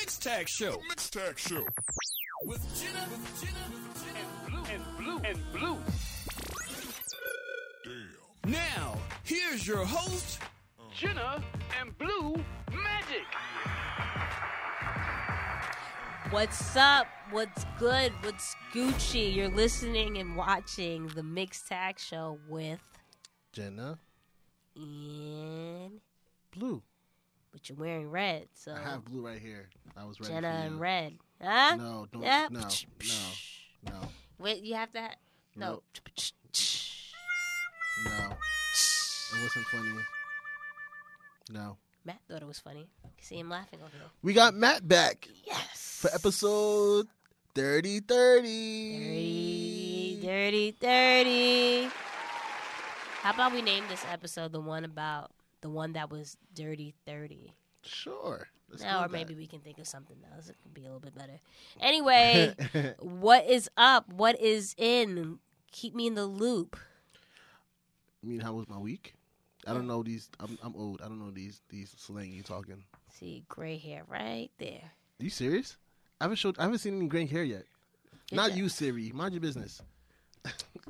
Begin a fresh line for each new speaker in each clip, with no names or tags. Mixtag Show.
The Mixtag Show.
With Jenna, with Jenna, with Jenna. And blue, and blue, and blue.
Damn.
Now, here's your host,
Jenna and Blue Magic.
What's up? What's good? What's Gucci? You're listening and watching the Mixed Tag Show with
Jenna
Ian,
Blue.
but you're wearing red, so
I have blue right here. I was ready.
Jenna
for
and
you.
red, huh?
No, don't.
Yeah.
No, no, no,
Wait, you have that? No.
no. It wasn't funny. No.
Matt thought it was funny. I can see him laughing over there.
We got Matt back
Yes.
for episode 30 30.
Dirty, dirty, dirty. How about we name this episode the one about the one that was dirty thirty?
Sure. Let's
No,
do
or
that.
maybe we can think of something else. It could be a little bit better. Anyway, what is up? What is in? Keep me in the loop.
I mean, how was my week? I don't know these. I'm, I'm old. I don't know these these slang you talking.
See, gray hair right there.
Are you serious? I haven't showed. I haven't seen any gray hair yet.
Good
Not
job.
you, Siri. Mind your business.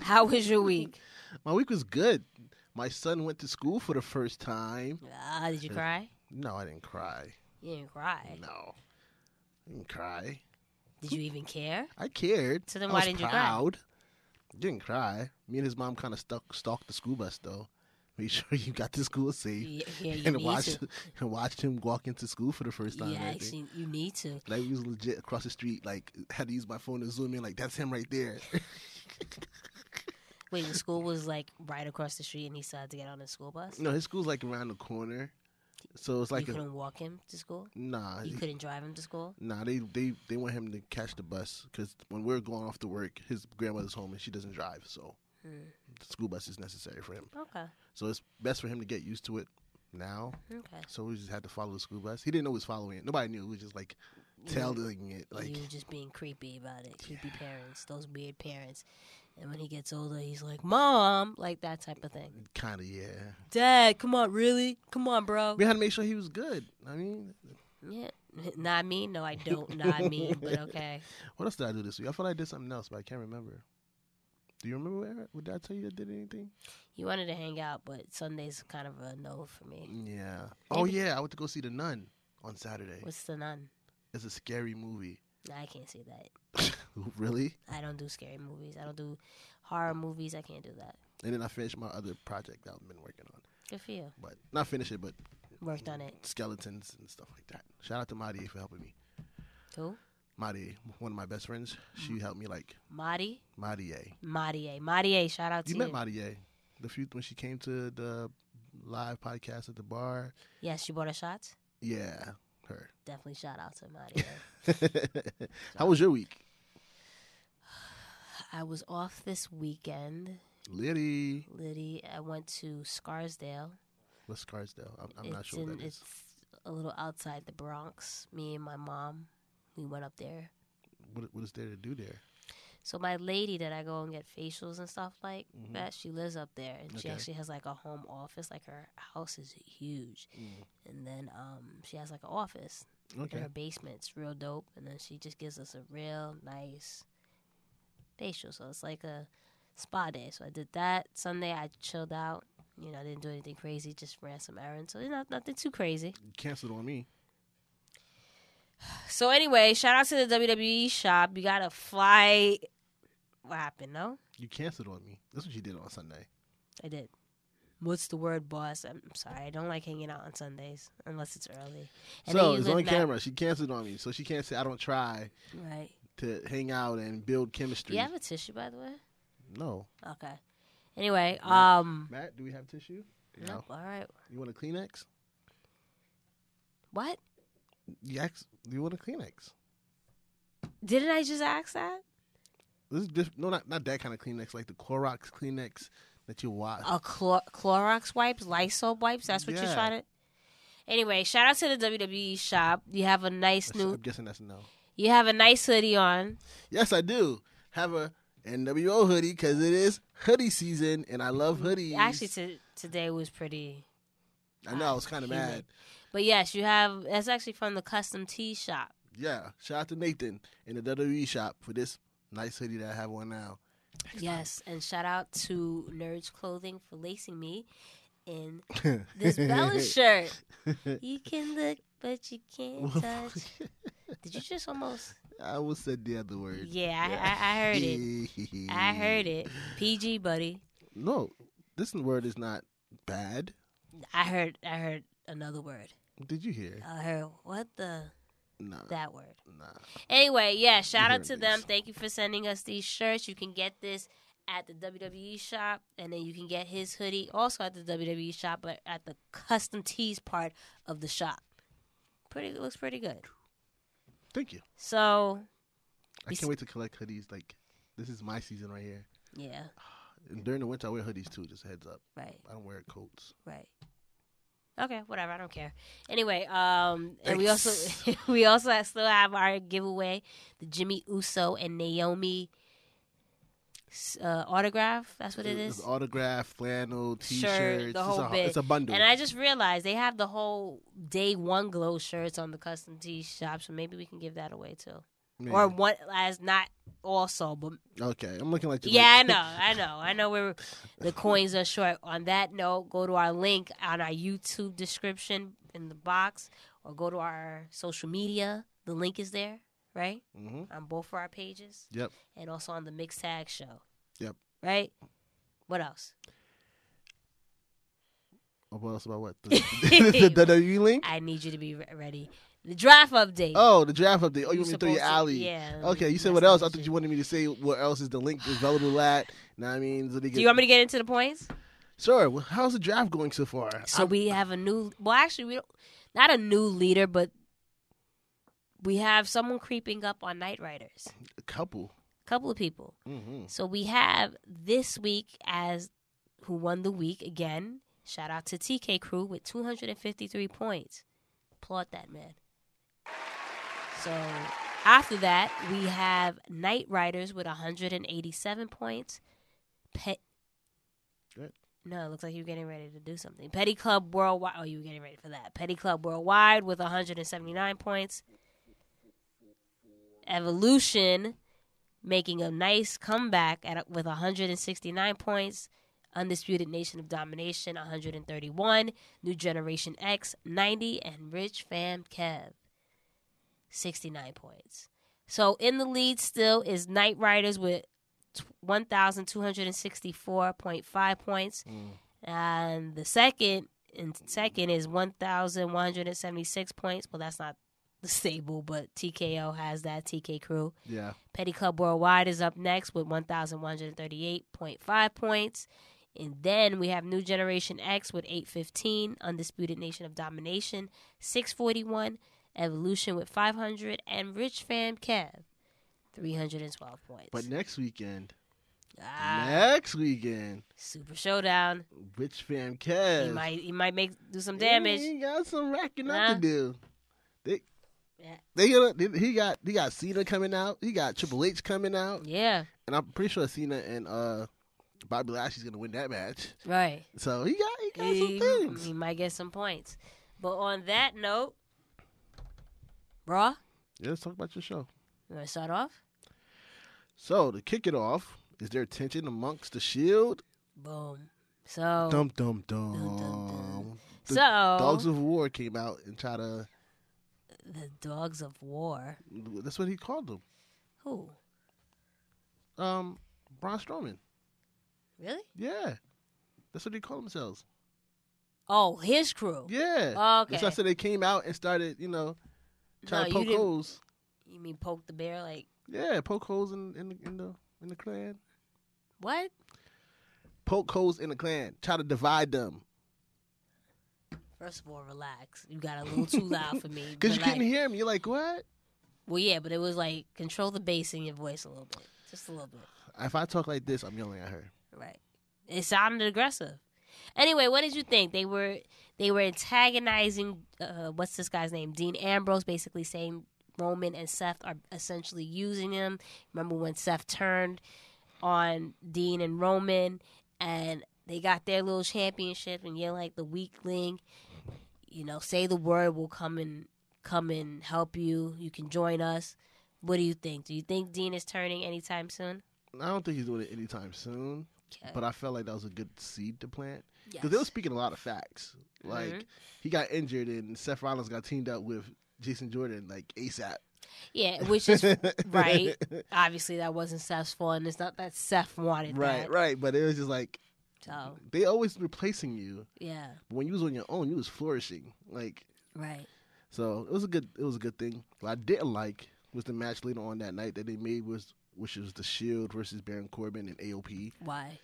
How was your week?
My week was good. My son went to school for the first time.
Ah, did you cry?
No, I didn't cry.
You didn't cry.
No, I didn't cry.
Did you even care?
I cared.
So then
I
why
was
didn't you cry?
proud. Didn't cry. Me and his mom kind of stuck stalked the school bus though. Made sure you got to school safe
Yeah, yeah, you
and
need
watched
to.
and watched him walk into school for the first time.
Yeah,
I think.
actually, you need to.
Like we was legit across the street. Like had to use my phone to zoom in. Like that's him right there.
Wait, the school was like right across the street, and he decided to get on the school bus.
no, his school's like around the corner, so it's
you
like a,
couldn't walk him to school.
nah.
You
he-
couldn't drive him to school.
Nah, they they they want him to catch the bus because when we're going off to work, his grandmother's home and she doesn't drive, so the school bus is necessary for him.
Hmm. Okay.
So it's best for him to get used to it now.
Okay.
So we just had to follow the school bus. He didn't know he was following it. Nobody knew. We was just like telling it. Like
you were just being creepy about it. Creepy parents, those weird parents. And when he gets older, he's like, "Mom," like that type of thing.
kind of yeah.
Dad, come on, really? Come on, bro.
We had to make sure he was good. I mean,
Yeah, not me. No, I don't. Not me. But okay.
what else did I do this week? I feel like I did something else, but I can't remember. Do you remember? Eric? Did I tell you I did anything?
You wanted to hang out, but Sunday's kind of a no for me.
Yeah. Oh yeah, I went to go see the Nun on Saturday.
What's the nun?
It's a scary movie.
Nah, I can't see that.
really?
I don't do scary movies. I don't do horror movies. I can't do that.
And then I finished my other project that I've been working on.
Good for you.
But not finish it, but
Worked on it.
skeletons and stuff like that. Shout out to Maddie for helping me. Mm.
Who?
Maddie, one of my best friends,
Mm-hmm.
she helped me like
Madi?
Maddie.
Maddie. Maddie. Shout out to
You
you.
met Maddie the few when she came to the live podcast at the bar.
Yes, you bought her shots?
Yeah, her.
Definitely shout out to Maddie.
How was your week,
I was off this weekend.
Liddy?
Liddy, I went to Scarsdale.
What's Scarsdale? I'm, I'm
it's
not sure
in,
what that is.
It's a little outside the Bronx. Me and my mom, we went up there.
What, what is there to do there?
So my lady that I go and get facials and stuff like
Mhm.
that, she lives up there, and she
Okay.
actually has like a home office. Like her house is huge, and then um she has like an office in
Okay,
her basement. It's real dope, and then she just gives us a real nice facial. So it's like a spa day. So I did that Sunday. I chilled out. You know, I didn't do anything crazy. Just ran some errands. So you know, nothing too crazy.
canceled on me.
So anyway, shout out to the WWE shop. You got a flight. What happened? No,
You canceled on me. That's what you did on Sunday.
I did. What's the word, boss? I'm sorry. I don't like hanging out on Sundays unless it's early.
so
you
it's
live
on
back-
camera. She canceled on me, so she can't say I don't try
Right.
to hang out and build
Do
chemistry.
you have a tissue, by the way?
No.
Okay. Anyway,
No.
um,
Matt, do we have tissue?
nope. All right.
You want a Kleenex?
What?
You ask, you want a Kleenex?
Didn't I just ask that?
This is diff- no, not not that kind of Kleenex, like the Clorox Kleenex that you wash.
A Clor- Clorox wipes, Lysol wipes. That's what you're
Yeah.
trying to. Anyway, shout out to the WWE shop. You have a nice
I'm
new.
guessing that's a no.
You have a nice hoodie on.
Yes, I do have a NWO hoodie because it is hoodie season, and I love hoodies.
Actually, to, today was pretty.
I know I was kind of
humid.
mad.
But yes, you have. That's actually from the custom tea shop.
yeah, shout out to Nathan in the WWE shop for this nice hoodie that I have on now.
Yes, and shout out to Nerds Clothing for lacing me in this Bella shirt. You can look, but you can't touch. Did you just almost?
I almost said the other word.
Yeah, I, I, I heard it. I heard it. PG, buddy.
No, this word is not bad.
I heard. I heard another word.
Did you hear?
I heard what the
Nah,
Uh, that word.
nah.
Anyway, yeah, shout
heard
out to
these.
them. Thank you for sending us these shirts. You can get this at the WWE shop, and then you can get his hoodie also at the WWE shop, but at the custom tees part of the shop. Pretty looks pretty good.
Thank you.
So
I can't wait to collect hoodies. Like, this is my season right here.
yeah,
And during the winter, I wear hoodies too. Just a heads up,
right,
I don't wear coats.
right. Okay, whatever. I don't care. Anyway, um, and we
Thanks.
also we also have- still have our giveaway, the Jimmy Uso and Naomi uh, autograph. That's what it
It's
is.
autograph, flannel, t-shirts.
Shirt, the whole
it's, a,
bit.
it's a bundle.
And I just realized they have the whole day one glow shirts on the custom tee shop, so maybe we can give that away too.
Yeah.
Or one as not also, but
okay, I'm looking like you.
yeah, I
like-
know, I know, I know. Where the coins are short. On that note, go to our link on our YouTube description in the box, or go to our social media. The link is there, right,
Mhm.
on both of our pages,
Yep.
and also on the Mix Tag Show.
Yep.
Right. What else?
Oh, what else about what? The, the, the WWE link?
I need you to be re- ready. The draft update.
Oh, the draft update. Oh, you
You're
want me to throw your
supposed to-
alley?
yeah,
Okay, you said
that's
what else? I
what you
thought
said.
you wanted me to say what else is the link available at. Now I mean, so they
Do you want me to get into the points?
Sure. Well, how's the draft going so far?
So
I'm-
we have a new. Well, actually, we don't. Not a new leader, but we have someone creeping up on Night Riders.
a couple.
A couple of people.
hmm
So we have this week as who won the week again. Shout out to TK Crew with 253 points. Applaud that man. So after that, we have Knight Riders with 187 points. Pet.
Good.
No, it looks like you're getting ready to do something. Petty Club Worldwide. Oh, you were getting ready for that. Petty Club Worldwide with 179 points. Evolution making a nice comeback at with 169 points. Undisputed Nation of Domination 131, New Generation X 90, and Rich Fam Kev 69 points. So in the lead still is Knight Riders with t- 1,264.5 points,
Mm-hmm.
and the second and second is 1,176 points. Well, that's not the stable, but TKO has that TK Crew.
Yeah.
Petty Club Worldwide is up next with 1,138.5 points. And then we have New Generation X with 815, Undisputed Nation of Domination 641, Evolution with 500, and Rich Fam Kev 312 points.
But next weekend,
ah,
next weekend,
Super Showdown.
Rich Fam
He
Kev.
might he might make do some
He
damage.
got some racking up
Huh?
to do. They,
Yeah.
they gonna, they- he got he got Cena coming out. He got Triple H coming out,
Yeah,
and I'm pretty sure Cena and uh Bobby Lashley's gonna win that match.
right.
So he got he got
he,
some things.
he might get some points. But on that note, Raw,
Yeah, let's talk about your show.
you want to start off?
So to kick it off, is there tension amongst the Shield?
Boom. So
Dum dum
Oh. dum,
dum.
dum.
The
so
Dogs of War came out and tried to.
the dogs of war.
That's what he called them.
Who?
Um, Braun Strowman.
Really?
Yeah, that's what they call themselves.
Oh, his crew.
Yeah.
Oh, okay.
That's why I said they came out and started, you know,
No,
trying
you
to poke
didn't-
holes.
You mean poke the bear? Like
Yeah, poke holes in, in the in the in the clan.
what?
Poke holes in the clan. Try to divide them
First of all, relax. You got a little too loud for me.
because you
but, like-
couldn't hear him. You're like, what?
Well, yeah, but it was like control the bass in your voice a little bit, just a little bit.
If I talk like this, I'm yelling at her.
Right. It sounded aggressive. Anyway, what did you think? They were they were antagonizing uh, what's this guy's name? Dean Ambrose, basically saying Roman and Seth are essentially using him. Remember when Seth turned on Dean and Roman and they got their little championship and you're like the weakling, you know, say the word will come and come and help you. You can join us. What do you think? Do you think Dean is turning anytime soon?
I don't think he's doing it anytime soon,
Okay.
but I felt like that was a good seed to plant
yes.
because they were speaking a lot of facts. Like
Mhm.
he got injured and Seth Rollins got teamed up with Jason Jordan like ASAP.
yeah, which is right. obviously that wasn't Seth's fault, and it's not that Seth wanted
right,
that.
right. But it was just like
So
they always replacing you.
yeah,
When you was on your own, you was flourishing. Like
right.
so, it was a good it was a good thing. What I didn't like was the match later on that night that they made was which was the Shield versus Baron Corbin and AOP.
Why?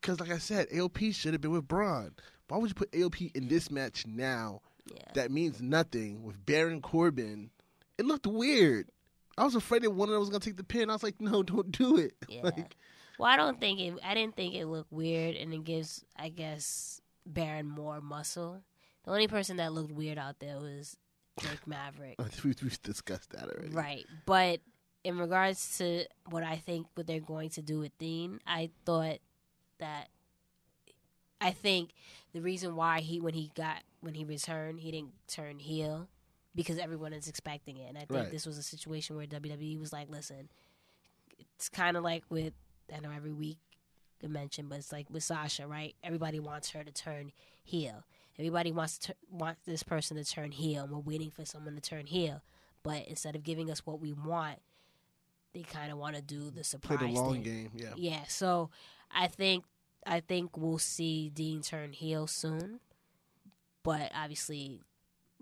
Because like I said, AOP should have been with Braun. Why would you put AOP in this match now?
Yeah.
That means nothing with Baron Corbin. It looked weird. I was afraid that one of them was gonna take the pin. I was like, no, don't do it.
Yeah.
Like,
Well, I don't think it. I didn't think it looked weird, and it gives, I guess, Baron more muscle. The only person that looked weird out there was Jake Maverick,
we, we've discussed that already.
right? But in regards to what I think what they're going to do with Dean, I thought that I think the reason why he when he got when he returned he didn't turn heel because everyone is expecting it, and I think
Right.
this was a situation where WWE was like, listen, it's kind of like with I know every week I mention, but it's like with Sasha, right? Everybody wants her to turn heel. Everybody wants to want this person to turn heel, and we're waiting for someone to turn heel. But instead of giving us what we want, they kind of want to do the
Play
surprise
the long
thing.
game. Yeah.
Yeah, so I think I think we'll see Dean turn heel soon, but obviously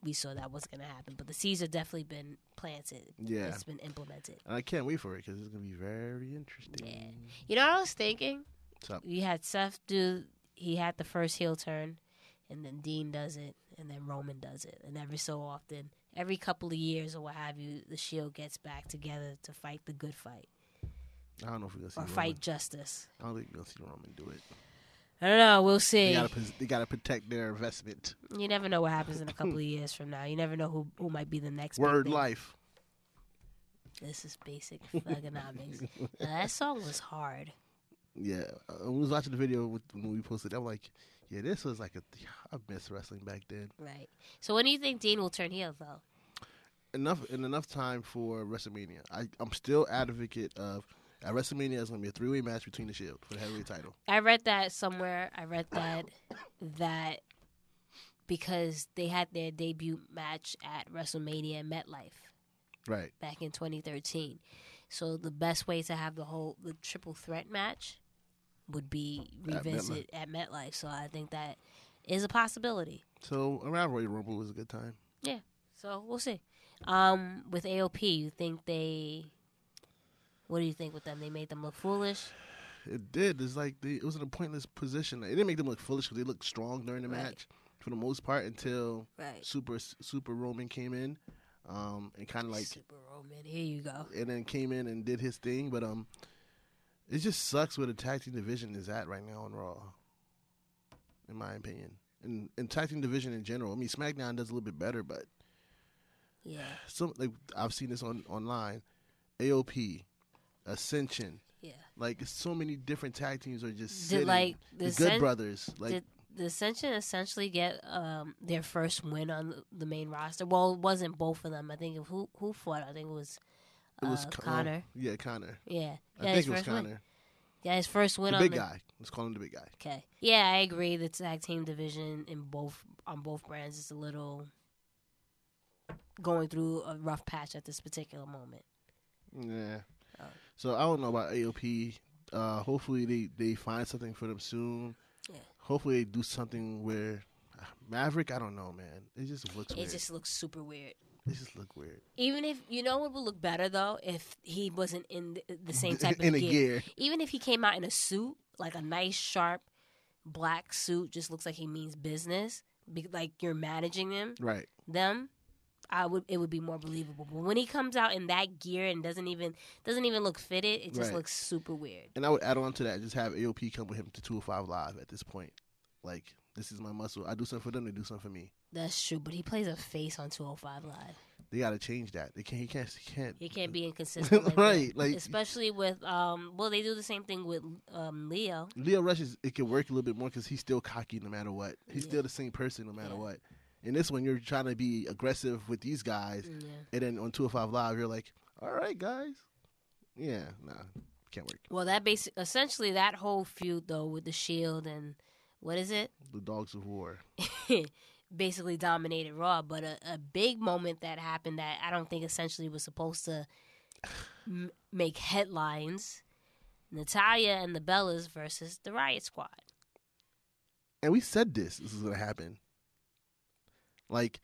we saw that was going to happen. But the seeds have definitely been planted.
Yeah.
it's been implemented.
And I can't wait for it because it's gonna be very interesting.
You know what I was thinking?
So,
You had Seth do he had the first heel turn, and then Dean does it, and then Roman does it, and every so often, every couple of years or what have you, the Shield gets back together to fight the good fight
I don't know if we're gonna see.
or
Roman.
fight justice.
I don't think we're gonna see Roman do it.
I don't know. We'll see.
They gotta, pres- they gotta protect their investment.
You never know what happens in a couple of years from now. You never know who who might be the next. big
Word
thing.
life.
This is basic economics. that song was hard.
Yeah, I I was watching the video with, when we posted. it, I'm like, yeah, this was like a. I miss wrestling back then.
Right. So when do you think Dean will turn heel though?
Enough and enough time for WrestleMania. I, I'm still advocate of at WrestleMania it's gonna be a three way match between the Shield for the heavyweight title.
I read that somewhere. I read that that because they had their debut match at WrestleMania in MetLife
Right.
back in 2013. So the best way to have the whole the triple threat match would be
At MetLife.
revisit at MetLife. So I think that is a possibility.
So around Royal Rumble was a good time.
So we'll see. Um, with AOP, you think they? What do you think with them? They made them look foolish.
It did. It's like the, it was in a pointless position. It didn't make them look foolish because they looked strong during the
Right.
match for the most part until
Right.
Super Super Roman came in, um, and kind of like
Super Roman. Here you go.
and then came in and did his thing. But um, it just sucks where the tag team division is at right now on Raw, in my opinion. And and tag team division in general. I mean, SmackDown does a little bit better, but
Yeah.
some like I've seen this on online, AOP, Ascension.
Yeah.
Like so many different tag teams are just
Did,
sitting.
like,
the,
the
Good
Ascen-
Brothers, like
did the Ascension essentially get um their first win on the- the main roster? Well, it wasn't both of them. I think it- who who fought? I think it was.
it was
uh,
Con-
Connor.
Yeah, Connor.
Yeah.
I
Yeah,
think it was
first win.
Connor,
Yeah, his first win
the
on
big
the
guy. Let's call him the big guy.
Okay. Yeah, I agree. The tag team division in both on both brands is a little going through a rough patch at this particular moment.
Yeah.
Oh.
So I don't know about AOP. Uh, hopefully they, they find something for them soon.
Yeah.
Hopefully they do something where uh, Maverick. I don't know, man. It just looks
It
weird.
just looks super weird.
it just look weird.
Even if you know what would look better though, if he wasn't in the, the same type
in
of
a
gear.
gear.
Even if he came out in a suit, like a nice sharp black suit, just looks like he means business, be, like you're managing them.
Right.
them, I would it would be more believable. But when he comes out in that gear and doesn't even doesn't even look fitted, it just
Right.
looks super weird.
And I would add on to that. Just have AOP come with him to 205 Live at this point. Like this is my muscle. I do something for them. They do something for me.
That's true, but he plays a face on 205 Live.
They got to change that. They can't. He can't. He can't.
He can't be inconsistent, like
Right,
that.
like-
especially with um. Well, they do the same thing with um Leo.
Leo Rush is it can work a little bit more because he's still cocky no matter what. He's
Yeah.
still the same person no matter
Yeah.
what. In this one, you're trying to be aggressive with these guys,
Yeah.
and then on 205 Live, you're like, all right, guys. Yeah, nah, can't work.
Well, that basic, essentially that whole feud though with the Shield and what is it?
The Dogs of War.
basically dominated Raw. But a, a big moment that happened that I don't think essentially was supposed to m- make headlines: Natalia and the Bellas versus the Riot Squad.
And we said this, this is going to happen. Like,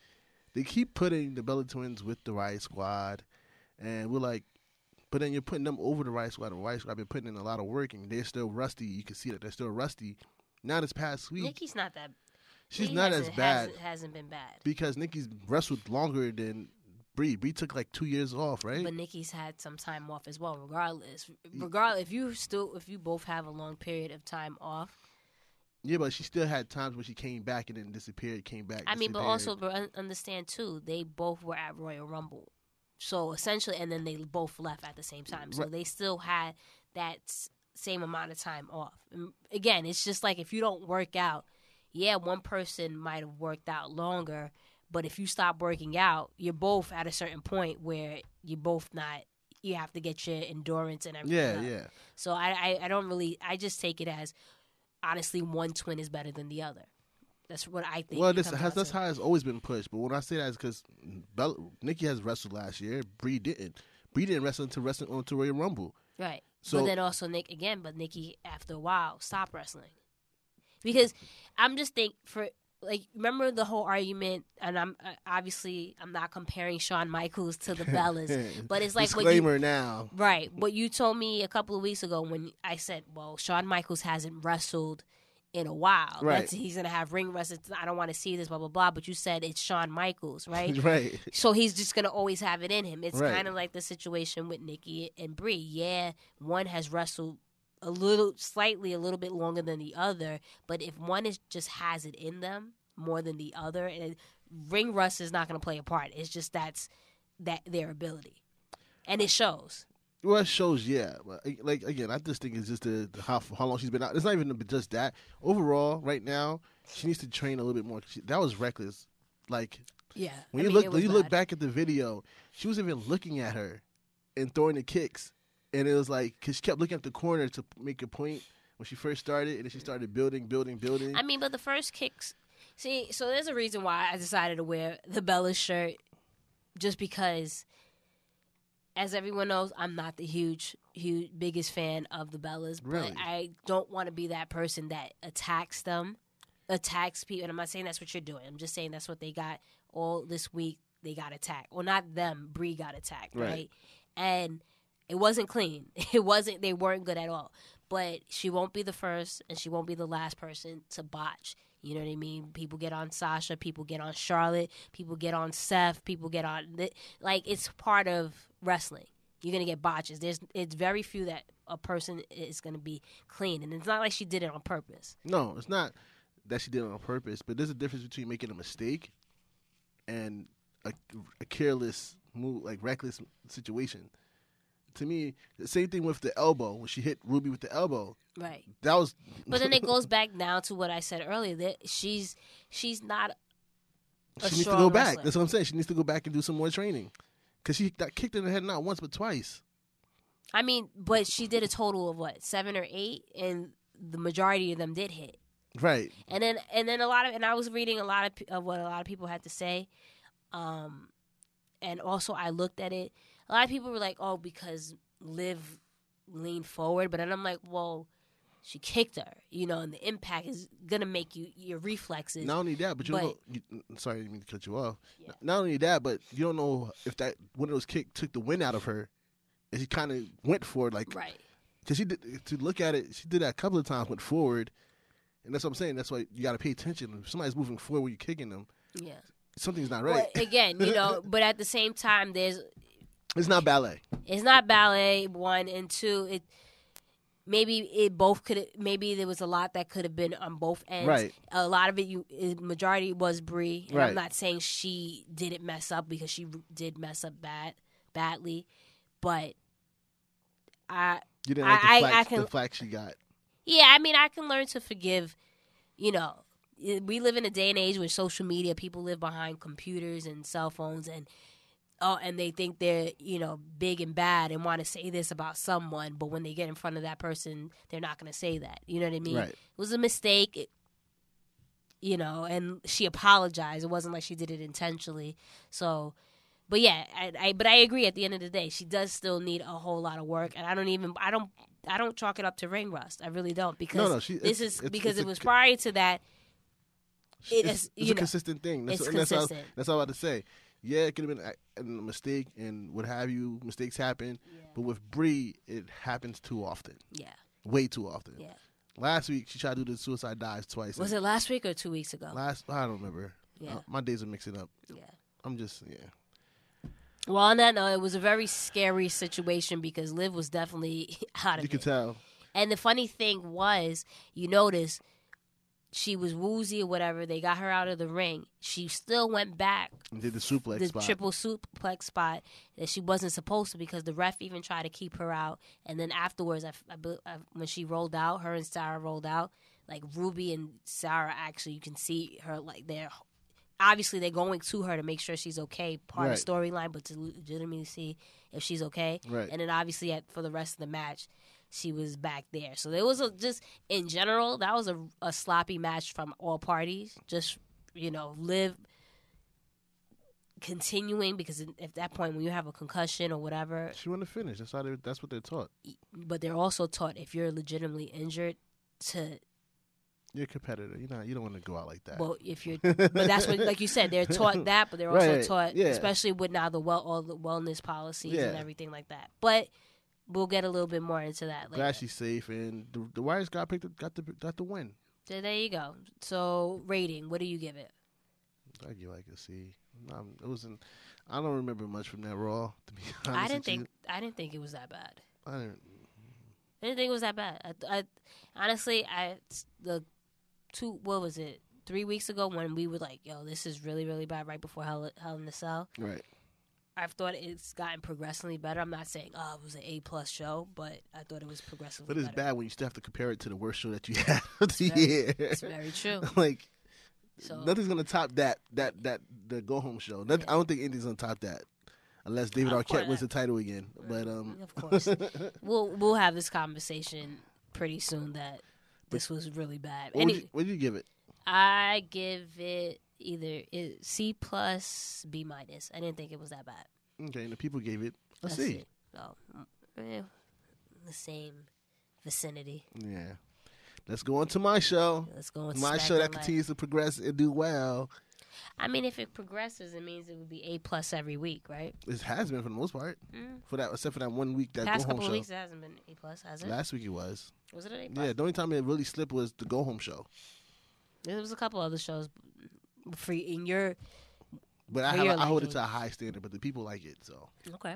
they keep putting the Bella Twins with the Riot Squad, and we're like, but then you're putting them over the Riot Squad. The Riot Squad been putting in a lot of work, and they're still rusty. You can see that they're still rusty. Now this past week,
Nikki's not that.
she's
Nikki
not as
hasn't-
bad
Hasn't, hasn't been bad.
because Nikki's wrestled longer than Bree. Bree took like two years off, right?
But Nikki's had some time off as well. Regardless, regardless, if you still, if you both have a long period of time off,
yeah, but she still had times when she came back and then disappeared, came back.
I mean, but
disappeared.
also but un- understand too, they both were at Royal Rumble, so essentially, and then they both left at the same time, so
Right.
they still had that s- same amount of time off. And again, it's just like if you don't work out, yeah, one person might have worked out longer, but if you stop working out, you're both at a certain point where you're both not. You have to get your endurance and everything.
yeah,
up.
yeah.
So I, I, I don't really. I just take it as honestly, one twin is better than the other. That's what I think.
Well,
it
this
comes
has,
down
that's
to.
how it's always been pushed. But when I say that, is because Nikki has wrestled last year. Bree didn't. Bree didn't wrestle until wrestling on to Royal Rumble.
Right.
So-
but then also Nick again, but Nikki after a while stopped wrestling because I'm just think for like remember the whole argument, and I'm uh, obviously I'm not comparing Shawn Michaels to the Bellas, but it's like what you,
Disclaimer now.
right what you told me a couple of weeks ago when I said, well, Shawn Michaels hasn't wrestled. In a while,
Right.
That's- he's gonna have ring rust. It's- I don't want to see this, blah blah blah. But you said it's Shawn Michaels, right?
right.
So he's just gonna always have it in him. It's
Right.
kind of like the situation with Nikki and Brie. Yeah, one has wrestled a little, slightly, a little bit longer than the other, but if one is just has it in them more than the other, and ring rust is not gonna play a part. It's just that's that their ability, and it shows.
Well, it shows, yeah. But, uh, Like again, I just think it's just the the how how long she's been out. It's not even just that. Overall, right now, she needs to train a little bit more. She, that was reckless. Like
Yeah,
when you look when you look back at the video, she was even looking at her and throwing the kicks, and it was like because she kept looking at the corner to make a point when she first started, and then she started building, building, building.
I mean, but the first kicks. See, so there's a reason why I decided to wear the Bella shirt, just because, as everyone knows, I'm not the huge, huge, biggest fan of the Bellas.
Really?
But I don't want to be that person that attacks them, attacks people. And I'm not saying that's what you're doing. I'm just saying that's what they got all this week. They got attacked. Well, not them. Bree got attacked,
Right.
right? And it wasn't clean. It wasn't. They weren't good at all. But she won't be the first, and she won't be the last person to botch. You know what I mean? People get on Sasha. People get on Charlotte. People get on Seth. People get on th- like it's part of wrestling. You're gonna get botches. There's it's very few that a person is gonna be clean, and it's not like she did it on purpose.
no, it's not that she did it on purpose, but there's a difference between making a mistake and a, a careless move, like reckless situation. To me, the same thing with the elbow when she hit Ruby with the elbow.
Right.
That was
But then it goes back now to what I said earlier that she's she's not
she
a
needs to
strong
go back.
wrestler.
That's what I'm saying. She needs to go back and do some more training because she got kicked in the head not once but twice.
I mean, but she did a total of what seven or eight, and the majority of them did hit.
Right.
And then and then a lot of and I was reading a lot of, pe- of what a lot of people had to say, um, and also I looked at it. A lot of people were like, "Oh, because Liv leaned forward," but then I'm like, "Well, she kicked her, you know, and the impact is gonna make you your reflexes."
Not only that, but you
but-
don't. know- You, mm, sorry, I didn't mean to cut you off.
Yeah.
N- Not only that, but you don't know if that one of those kick took the wind out of her, and she kind of went for it, like
Right.
because she did to look at it. She did that a couple of times, went forward, and that's what I'm saying. That's why you got to pay attention. If somebody's moving forward, you're kicking them.
Yeah.
Something's not right.
But again, you know, but at the same time, there's
it's not ballet.
It's not ballet one and two. It maybe it both could maybe there was a lot that could have been on both ends.
Right.
A lot of it you it- majority was Brie. And
Right.
I'm not saying she didn't mess up because she did mess up bad badly, but I
You didn't
I-
like the
I-
flack,
I can-
the flack she got.
yeah, I mean I can learn to forgive, you know, it- we live in a day and age with social media. People live behind computers and cell phones, and oh, and they think they're you know big and bad and want to say this about someone, but when they get in front of that person, they're not going to say that. You know what I mean?
Right.
It was a mistake. It, you know, and she apologized. It wasn't like she did it intentionally. So, but yeah, I, I but I agree. At the end of the day, she does still need a whole lot of work, and I don't even I don't I don't chalk it up to ring rust. I really don't because
no, she-
this
it's-
is
it's-
because
it's
it
a
was
co-
prior to that. It
it's,
is-
it's
you
a
know,
consistent thing. That's,
it's
and that's all-
consistent.
that's all I had to say. Yeah, it could have been a, a mistake and what have you. Mistakes happen, but with Bree, it happens too often,
Yeah,
way too often.
yeah.
Last week she tried to do the suicide dives twice.
Was
and
it last week or two weeks ago?
last? I don't remember.
Yeah.
Uh, my days are mixing up.
yeah.
I'm just yeah.
Well, on that note, it was a very scary situation because Liv was definitely out of
You
it.
could tell.
And the funny thing was, you notice she was woozy or whatever. They got her out of the ring. She still went back
and Did the suplex
the
spot.
triple suplex spot that she wasn't supposed to because the ref even tried to keep her out. And then afterwards, I, f- I bel- I- when she rolled out, her and Sarah rolled out. Like Ruby and Sarah, actually, you can see her like they're obviously they're going to her to make sure she's okay, part of
Right.
the storyline, but to legitimately see if she's okay.
Right.
And then obviously at, for the rest of the match, she was back there. So there was a, just in general that was a, a sloppy match from all parties. Just you know, live continuing because at that point when you have a concussion or whatever
She wanted to finish. That's how they, that's what they're taught.
but they're also taught if you're legitimately injured to
You're a competitor. You know you don't want to go out like that.
well if you're but that's what like you said they're taught that but they're also
Right,
taught
yeah.
especially with now the well all the wellness policies and
Yeah.
everything like that but we'll get a little bit more into that later
Glad she's safe and the, the Warriors got picked up, got the got the win.
so there you go so rating what do you give it
I give like a C. Um, it wasn't. I don't remember much from that Raw. To be honest,
i didn't
with you.
think i didn't think it was that bad
I didn't,
I didn't think it was that bad. I, I honestly, I the two what was it three weeks ago when we were like, "Yo, this is really really bad." Right before Hell, Hell in the Cell,
right.
I've thought it's gotten progressively better. I'm not saying oh it was an A plus show, but I thought it was progressively.
But it's
better.
bad when you still have to compare it to the worst show that you had of the
very-
year.
It's very true.
like
So
nothing's gonna top that that that the go home show. Noth- I don't think anything's gonna top that, unless David
Of course.
Arquette wins the title again. But um,
of course, we'll we'll have this conversation pretty soon. That this was really bad.
what would
Any,
you, what did you give it?
I give it either it, C plus B minus. I didn't think it was that bad.
Okay, and the people gave it a
That's
C.
it. Oh, mm, yeah, the same vicinity.
Yeah. Let's go on to my show.
Let's go with
my
Smack
show
the
that
Light.
continues to progress and do well.
I mean, if it progresses, it means it would be A plus every week, right?
It has been for the most part.
Mm.
For that, except for that one week that
Past
go home
couple
show.
of weeks, it hasn't been A plus, has it?
Last week it was.
was it an A plus?
Yeah, the only time it really slipped was the go home show.
There was a couple other shows. Free in your
But I,
For
have,
your
I hold it
liking.
to a high standard, but the people like it. So
okay.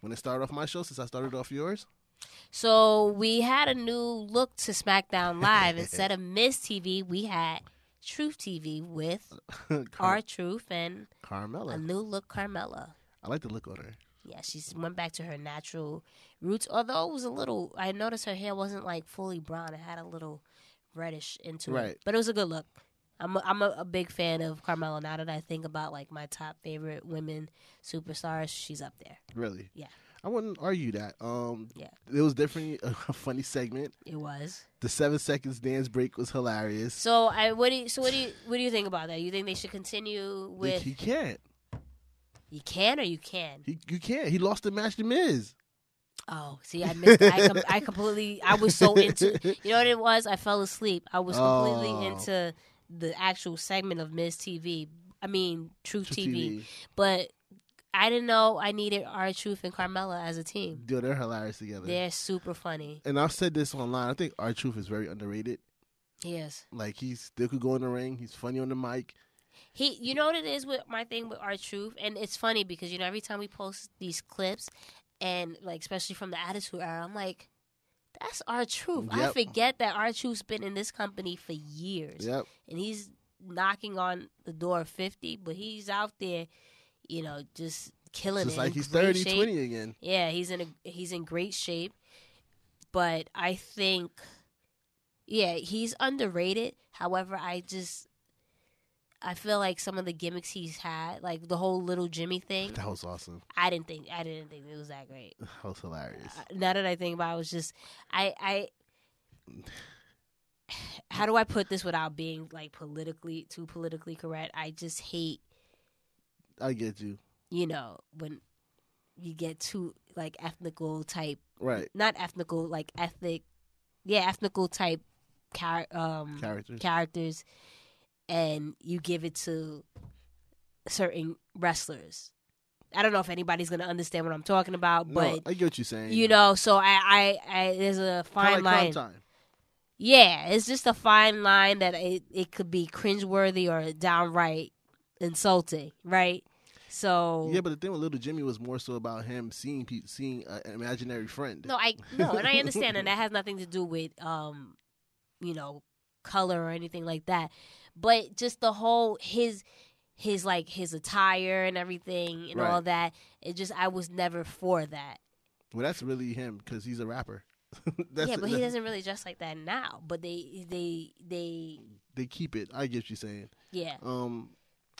when it started off my show, since I started off yours,
So we had a new look to SmackDown Live. Instead of Miss TV, we had Truth TV with our
Uh, Car-
Truth and a
Carmella.
new look Carmella.
I like the look on her.
Yeah, she's went back to her natural roots. Although it was a little, I noticed her hair wasn't like fully brown. It had a little reddish into
Right.
it, but it was a good look. I'm a, I'm a, a big fan of Carmella. Now that I think about like my top favorite women superstars, she's up there.
Really.
Yeah.
I wouldn't argue that. Um,
Yeah.
It was definitely a funny segment.
It was.
The seven seconds dance break was hilarious.
So I what do you, so what do you what do you think about that? You think they should continue
He-
with
he can't.
you can or you can?
He you can't. He lost the match to Miz.
Oh, see, I missed. I, com- I completely. I was so into. You know what it was? I fell asleep. I was completely
Oh.
into the actual segment of Miss TV. I mean, Truth,
True
TV. But I didn't know I needed our Truth and Carmella as a team.
Dude, they're hilarious together.
They're super funny.
and I've said this online. I think our truth is very underrated.
Yes,
Like he still could go in the ring. He's funny on the mic.
he. You know what it is with my thing with our Truth, and it's funny because you know every time we post these clips, and like especially from the Attitude Era, I'm like. That's our truth. I
Yep.
forget that our truth's been in this company for years.
Yep.
and he's knocking on the door of 50, but he's out there, you know, just killing
Just
it.
like
in
he's
great
30,
shape.
20 again.
Yeah, he's in a he's in great shape, but I think yeah, he's underrated. However, I just I feel like some of the gimmicks he's had, like the whole little Jimmy thing,
That was awesome.
I didn't think I didn't think it was that great.
That was hilarious.
Uh, now that I think about it, I was just I I how do I put this without being like politically too politically correct? I just hate,
I get you.
you know, when you get too like ethnical type
Right.
not ethnical like ethnic yeah, ethnical type char- um
Characters.
characters and you give it to certain wrestlers. I don't know if anybody's going to understand what I'm talking about,
No,
but
I get what you're saying.
you know, so I, I, I there's
Kinda
a fine
like Crime
line.
Time.
Yeah, it's just a fine line that it, it could be cringeworthy or downright insulting, right? So
Yeah, but the thing with Little Jimmy was more so about him seeing pe- seeing a- an imaginary friend.
no, I no, and I understand, and that has nothing to do with um, you know, color or anything like that, but just the whole his his like his attire and everything and all
Right.
that. It just I was never for that.
Well, that's really him because he's a rapper. that's
yeah, but he
that's-
doesn't really dress like that now. But they they they
They keep it. I get what you're saying.
yeah.
Um,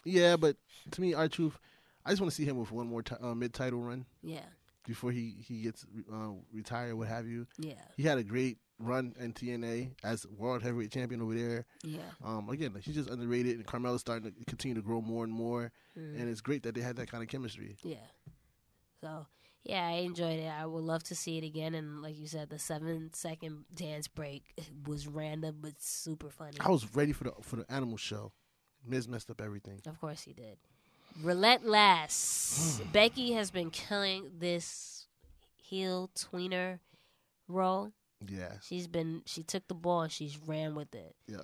yeah, but to me, our truth, I just want to see him with one more t- uh, mid title run
Yeah,
before he he gets uh, retired, what have you.
yeah,
He had a great run in TNA as world heavyweight champion over there.
yeah.
Um, again, like, she's just underrated, and Carmella's starting to continue to grow more and more.
Mm,
And it's great that they had that kind of chemistry.
yeah. So yeah, I enjoyed it. I would love to see it again. And like you said, the seven second dance break was random but super funny.
I was ready for the for the animal show. Miz messed up everything.
Of course he did. Relentless. Becky has been killing this heel tweener role.
Yeah,
She's been she took the ball and she's ran with it.
yo,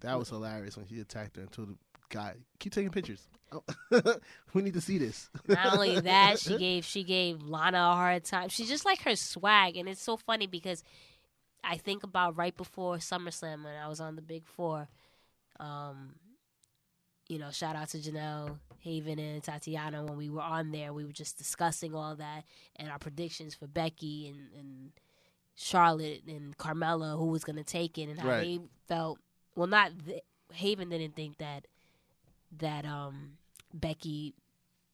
that was hilarious when he attacked her until the guy keep taking pictures. Oh, we need to see this.
Not only that, she gave she gave Lana a hard time. She just like her swag, and it's so funny because I think about right before SummerSlam when I was on the Big Four. Um, you know, shout out to Janelle Haven and Tatiana when we were on there. We were just discussing all that and our predictions for Becky and, and Charlotte and Carmella, who was going to take it, and how
Right.
they felt. Well, not th- Haven didn't think that that um Becky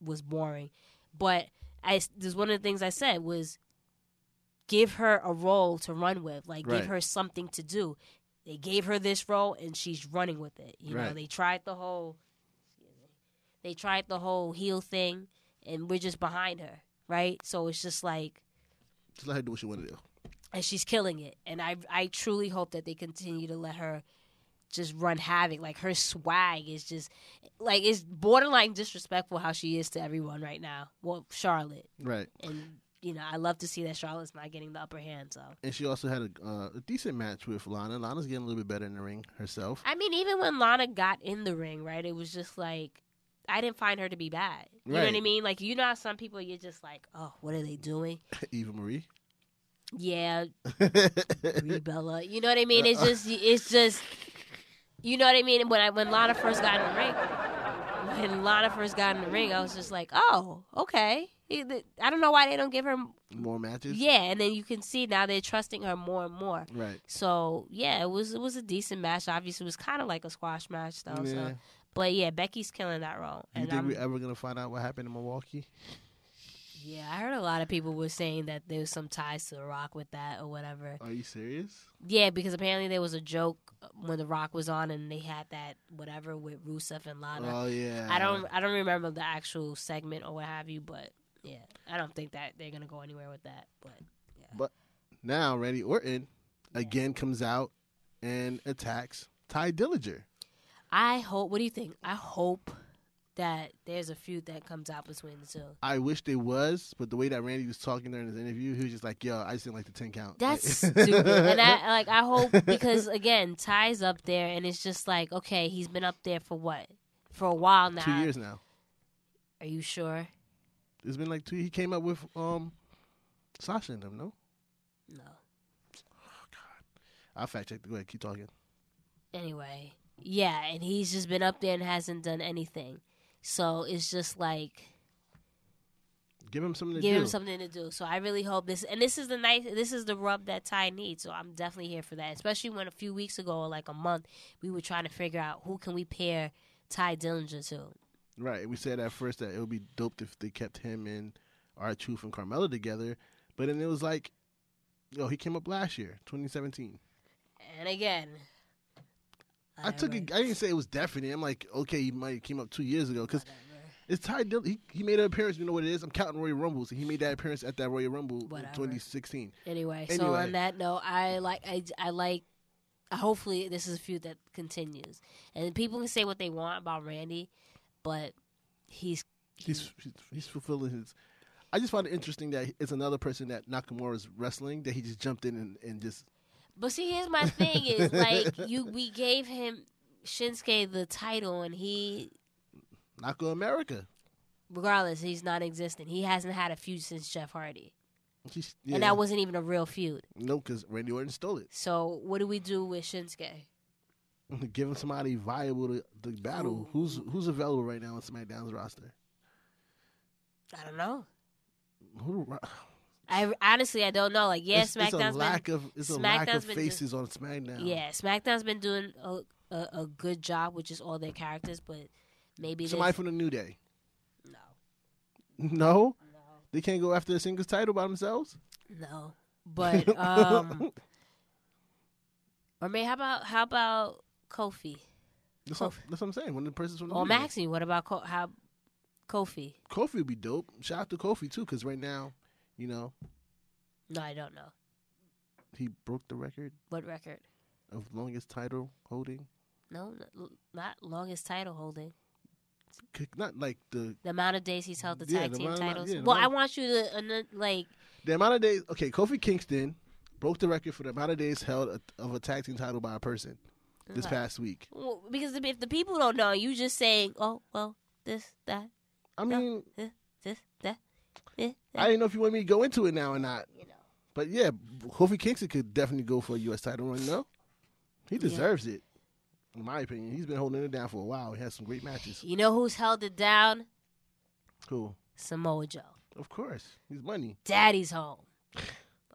was boring. But I there's one of the things I said was give her a role to run with, like
Right.
give her something to do. They gave her this role and she's running with it. You know,
Right.
they tried the whole they tried the whole heel thing and we're just behind her, right? So it's just like
Just let her do what she wanted to do.
and she's killing it. And I I truly hope that they continue to let her just run havoc. Like her swag is just like it's borderline disrespectful how she is to everyone right now. Well, Charlotte
Right,
and you know I love to see that Charlotte's not getting the upper hand. So
and she also had a, uh, a decent match with Lana. Lana's getting a little bit better in the ring herself.
I mean, even when Lana got in the ring, right, it was just like. I didn't find her to be bad. You know what I
Right.
mean? Like you know how some people you're just like, "Oh, what are they doing?"
Eva Marie.
Yeah, Brie Bella. You know what I mean? It's just,
Uh-uh.
it's just, you know what I mean. When I when Lana first got in the ring, when Lana first got in the ring, I was just like, oh, okay. I don't know why they don't give her.
more matches.
Yeah, and then you can see now they're trusting her more and more.
Right.
So yeah, it was it was a decent match. Obviously, it was kind of like a squash match though.
Yeah.
So, but yeah, Becky's killing that role.
Do you
And
think uh,
I'm-
we're ever gonna find out what happened in Milwaukee?
yeah, I heard a lot of people were saying that there was some ties to The Rock with that or whatever.
Are you serious?
Yeah, because apparently there was a joke when The Rock was on, and they had that whatever with Rusev and Lana.
Oh yeah.
I don't, I don't remember the actual segment or what have you, but yeah, I don't think that they're gonna go anywhere with that. But
Now Randy Orton again comes out and attacks Ty Dillinger.
I hope. What do you think? I hope that there's a feud that comes out between the two.
I wish they was, but the way that Randy was talking during his interview, he was just like, "Yo, I just didn't like the ten count."
That's
Like-
stupid. And I like I hope because again, Ty's up there and it's just like, okay, he's been up there for what? For a while now.
two years now.
Are you sure?
It's been like two. He came up with um, Sasha and them. No,
No.
I will fact check. Go ahead, keep talking.
anyway, yeah, and he's just been up there and hasn't done anything. So it's just like
Give him something to
give
do.
him something to do. So I really hope this and this is the nice this is the rub that Ty needs. So I'm definitely here for that. Especially when a few weeks ago or like a month we were trying to figure out who can we pair Ty Dillinger to.
Right. We said at first that it would be dope if they kept him and our Truth and Carmella together, but then it was like, yo, he came up last year, 2017.
And again
I took it. I didn't say it was definite. I'm like, okay, he might have came up two years ago because it's Ty Dill. He, he made an appearance. You know what it is? I'm counting Royal Rumbles, and he made that appearance at that Royal Rumble
Whatever.
in 2016.
Anyway, so
Anyway.
on that note, I like I, I like uh, hopefully this is a feud that continues. And people can say what they want about Randy, but he's
He's he's, he's fulfilling his. I just find it interesting that it's another person that Nakamura's wrestling that he just jumped in and, and just
But see, here's my thing: is like you, we gave him Shinsuke the title, and he,
knock on America.
regardless, he's non-existent. He hasn't had a feud since Jeff Hardy,
She's, yeah.
and that wasn't even a real feud.
no, because Randy Orton stole it.
So, what do we do with Shinsuke?
Giving somebody viable to, to battle. Who's who's available right now on SmackDown's roster?
I don't know.
Who,
I honestly, I don't know. Like, yeah,
it's, it's
SmackDown's
a lack
been,
of it's a lack
SmackDown's
of
been just-
faces on SmackDown.
yeah, SmackDown's been doing a, a, a good job with just all their characters, but maybe
somebody
there's-
from the New Day.
no,
No,
no,
they can't go after a singles title by themselves.
no. But um, or maybe how about how about Kofi? Oh,
that's, what, that's what I'm saying. When the person's from the
Or
New Day.
Maxie, what about Ko- how Kofi?
Kofi would be dope. Shout out to Kofi too, because right now, you know,
No, I don't know.
he broke the record
What record?
of longest title holding.
No, n- not longest title holding.
C- Not like the
The amount of days he's held the
Yeah,
tag
the
team
amount of-
titles.
yeah, the
well, I
amount-
want you to uh, n- like
the amount of days. Okay, Kofi Kingston broke the record for the amount of days held a, of a tag team title by a person this
Okay.
past week.
well, uh, because if the people don't know, you just saying, oh well, this that
I
Yeah.
mean,
this that. this, that.
I didn't know if you want me to go into it now or not.
You know.
But yeah, Kofi Kingston could definitely go for a U.S. title run. No, he deserves it. In my opinion, he's been holding it down for a while. He has some great matches.
You know who's held it down?
Cool,
Samoa Joe.
of course, he's money.
Daddy's home.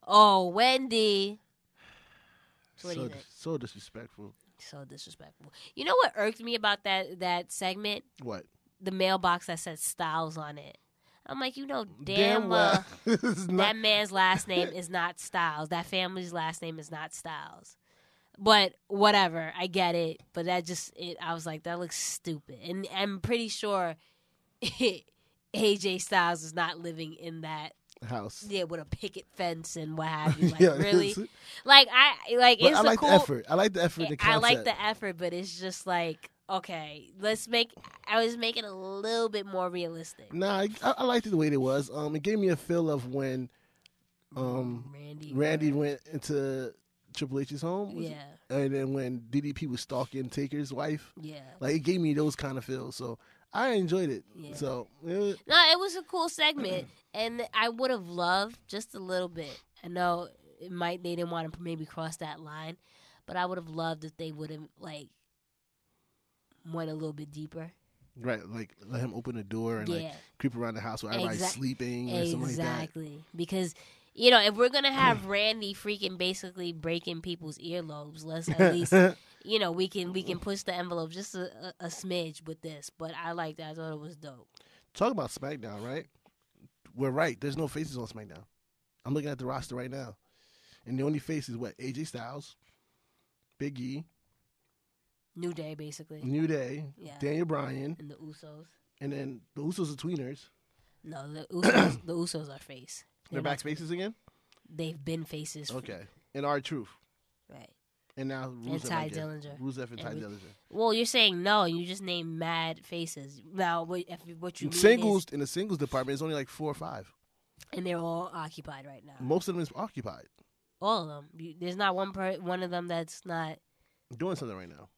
Oh, Wendy. So what do
so,
you think?
so disrespectful.
So disrespectful. You know what irked me about that that segment?
What?
the mailbox that said Styles on it. I'm like, you know, damn, uh, well,
well, it's
that
not,
man's last name is not Styles. That family's last name is not Styles. But whatever, I get it. But that just, it, I was like, that looks stupid. And I'm pretty sure AJ Styles is not living in that,
house.
yeah, with a picket fence and what have you. Like,
Yeah,
really?
it's-
Like, I, like,
But
it's
I
a
like
cool,
the effort. I like the effort. in The
I like
concept.
the effort, but it's just like, okay, let's make, I was making it a little bit more realistic.
Nah, I, I I liked it the way it was. Um, it gave me a feel of when, um,
Randy.
Randy went into Triple H's home. was it?
Yeah,
and then when DDP was stalking Taker's wife,
yeah.
like it gave me those kind of feels. So I enjoyed it.
Yeah.
So it,
No, it was a cool segment, and I would have loved just a little bit. I know it might they didn't want to maybe cross that line, but I would have loved if they would have like went a little bit deeper.
right, like let him open the door and like
Yeah.
creep around the house while everybody's
Exact-
sleeping or something like that.
exactly, because. You know, if we're gonna have Randy freaking basically breaking people's earlobes, let's at least you know we can we can push the envelope just a, a, a smidge with this. But I liked that; I thought it was dope.
Talk about SmackDown, right? We're right. There's no faces on SmackDown. I'm looking at the roster right now, and the only face is what AJ Styles, Big E,
New day, basically,
New Day,
Yeah.
Daniel Bryan,
and the Usos.
and then the Usos are tweeners.
No, the Usos, the Usos are face.
They're
not-
back faces again.
They've been faces. for-
Okay, and our truth,
Right.
and now Rusev, I
Ty
guess.
Dillinger.
Rusev and Ty
And Ru-
Dillinger.
Well, you're saying no. You just named mad faces. Now, what, if, what you mean
singles
is,
in the singles department is only like four or five.
and they're all occupied right now.
Most of them is occupied
All of them. You, there's not one per, one of them that's not
doing something right now.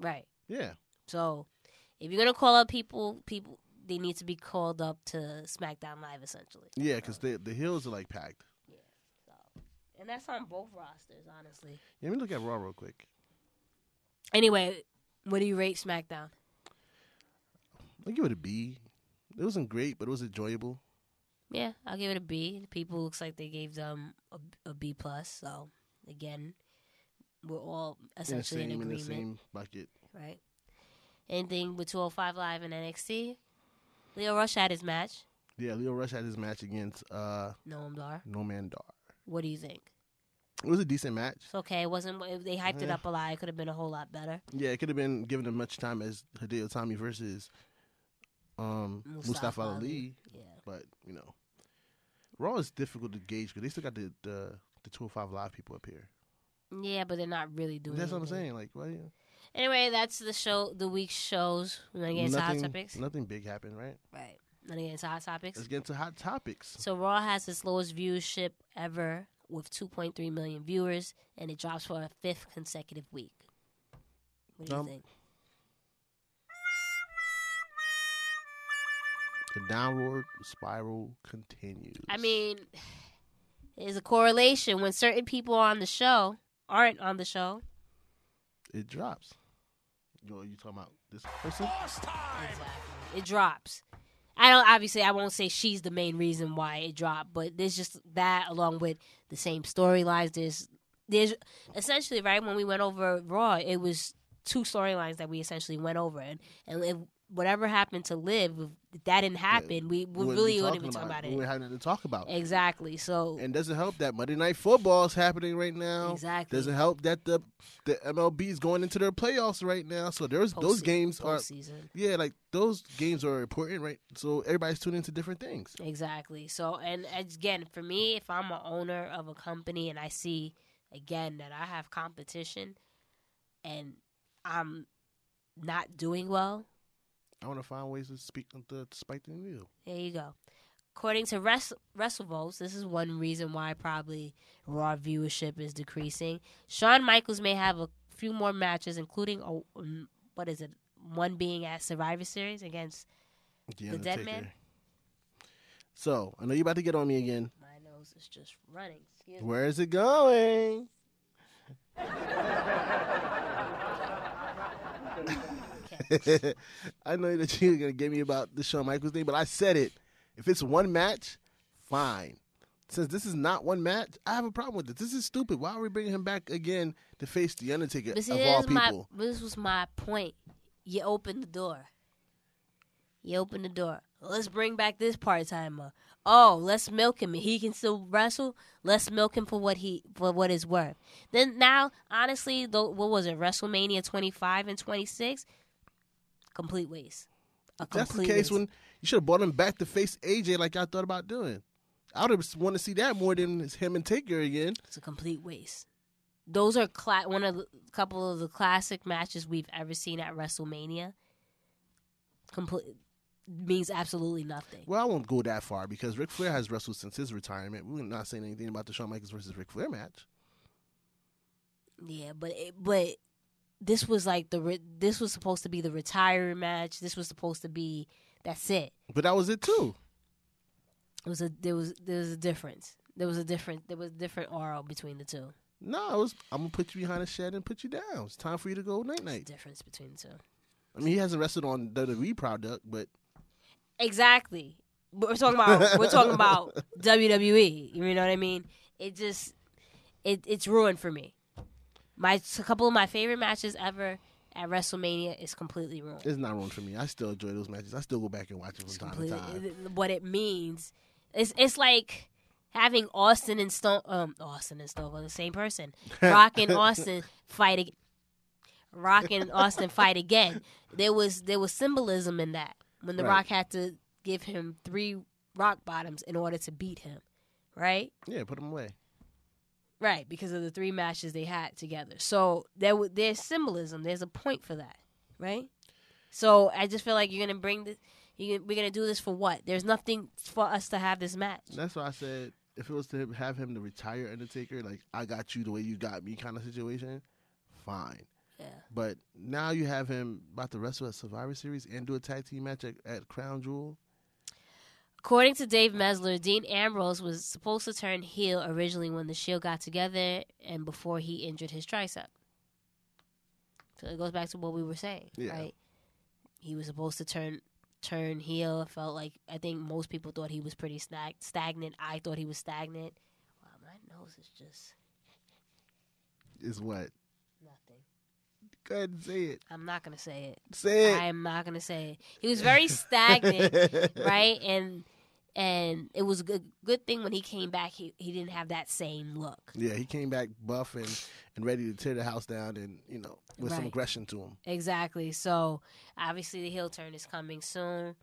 right.
Yeah,
So, if you're gonna call up people, people they need to be called up to SmackDown Live essentially.
yeah, because the the hills are like packed.
So, and that's on both rosters, honestly.
Yeah, let me look at Raw real quick.
Anyway, what do you rate SmackDown?
I give it a B. It wasn't great, but it was enjoyable.
Yeah, I'll give it a B. The people looks like they gave them a, a B plus. So again, we're all
in the
essentially in
same in the
agreement,
same bucket.
right? Anything with 205 Live and NXT? Leo Rush had his match.
Yeah, Leo Rush had his match against uh
Noam Dar.
Nomandar.
What do you think?
It was a decent match.
It's okay. It wasn't. it- They hyped it
Yeah.
up a lot. It could have been a whole lot better.
Yeah, it could have been given as much time as Hideo Tommy versus um Mustafa,
Mustafa
Ali.
Ali. Yeah.
but you know, Raw is difficult to gauge because they still got the the, the two hundred five live people up here.
Yeah, but they're not really doing.
That's what I'm
anything.
saying. Like, well, yeah,
Anyway, that's the show. The week's shows. We're gonna get into hot
nothing,
topics.
nothing big happened, right?
Right. We're gonna get into hot topics.
Let's get into hot topics.
So Raw has its lowest viewership ever with 2.3 million viewers, and it drops for a fifth consecutive week. What do you
Um,
think?
The downward spiral continues.
I mean, there's a correlation when certain people on the show aren't on the show.
it drops. Yo, you talking about this person?
It drops. I don't obviously I won't say she's the main reason why it dropped, but there's just that along with the same storylines. There's there's essentially right when we went over Raw, it was two storylines that we essentially went over, and and if whatever happened to Live, if that didn't happen, we, we
wouldn't
really wouldn't be talking about
We
it.
wouldn't have nothing to talk about.
Exactly. So
And doesn't help that Monday Night Football is happening right now.
Exactly.
Doesn't help that the the MLB is going into their playoffs right now. So there's those
postse-
games are
postseason.
yeah, like those games are important, right? So everybody's tuning into different things.
Exactly. So, and again, for me, if I'm a owner of a company and I see again that I have competition and I'm not doing well,
I want to find ways to speak to, to spike the needle.
there you go. According to Wrest- WrestleVotes, this is one reason why probably Raw viewership is decreasing. Shawn Michaels may have a few more matches, including a, um, what is it? One being at Survivor Series against The dead man?
Undertaker. So I know you're about to get on me again.
my nose is just running. Excuse me.
Where is it going? I know that you're gonna get me about the Shawn Michaels thing, but I said it. If it's one match, fine. Since this is not one match, I have a problem with it. This is stupid. Why are we bringing him back again to face the Undertaker
But see,
of
this,
all
is my-
people?
this was my point. You open the door. You open the door. Let's bring back this part timer. Oh, let's milk him. He can still wrestle. Let's milk him for what he for what it's worth. Then now, honestly, though, what was it? WrestleMania 25 and 26, complete waste. A
That's the
complete
case
waste.
when you should have brought him back to face AJ like I thought about doing. I would have want to see that more than it's him and Taker again.
It's a complete waste. Those are cla- one of the couple of the classic matches we've ever seen at WrestleMania. Complete means absolutely nothing.
Well, I won't go that far because Ric Flair has wrestled since his retirement. We're not saying anything about the Shawn Michaels versus Ric Flair match.
Yeah, but it, but this was like the re- this was supposed to be the retire match. This was supposed to be that's it.
But that was it too.
It was a there was there was a difference. There was a different there was a different aura between the two.
No, it was, I'm gonna put you behind a shed and put you down. It's time for you to go night night.
Difference between the two.
I mean, he hasn't wrestled on WWE product, but
Exactly. But We're talking about we're talking about WWE. You know what I mean? It just it it's ruined for me. My a couple of my favorite matches ever at WrestleMania is completely ruined.
it's not wrong for me. I still enjoy those matches. I still go back and watch it
It's
from time to
completely
time.
it- what it means. It's it's like having Austin and Stone um Austin and Stone Cold, the same person. Rock and Austin fight again. Rock and Austin fight again. There was there was symbolism in that when the
Right.
Rock had to give him three rock bottoms in order to beat him, right?
Yeah, put them away.
Right, because of the three matches they had together. So there w- there's symbolism. There's a point for that, right? So I just feel like you're gonna bring this. You, we're gonna do this for what? There's nothing for us to have this match.
That's why I said if it was to have him to retire Undertaker, like I got you the way you got me kind of situation, fine.
Yeah.
But now you have him about to wrestle at Survivor Series and do a tag team match at, at Crown Jewel.
According to Dave Mesler, Dean Ambrose was supposed to turn heel originally when the Shield got together and before he injured his tricep. So it goes back to what we were saying,
Yeah.
right? He was supposed to turn turn heel. It felt like I think most people thought he was pretty stag- stagnant. I thought he was stagnant. Wow, my nose is just
Is what?
nothing.
Go ahead and say it.
I'm not gonna say it.
Say it.
I am not gonna say it. He was very stagnant, right? And and it was a good good thing when he came back. He he didn't have that same look.
Yeah, he came back buff and, and ready to tear the house down and, you know, with some
Right.
aggression to him.
Exactly. So obviously the heel turn is coming soon.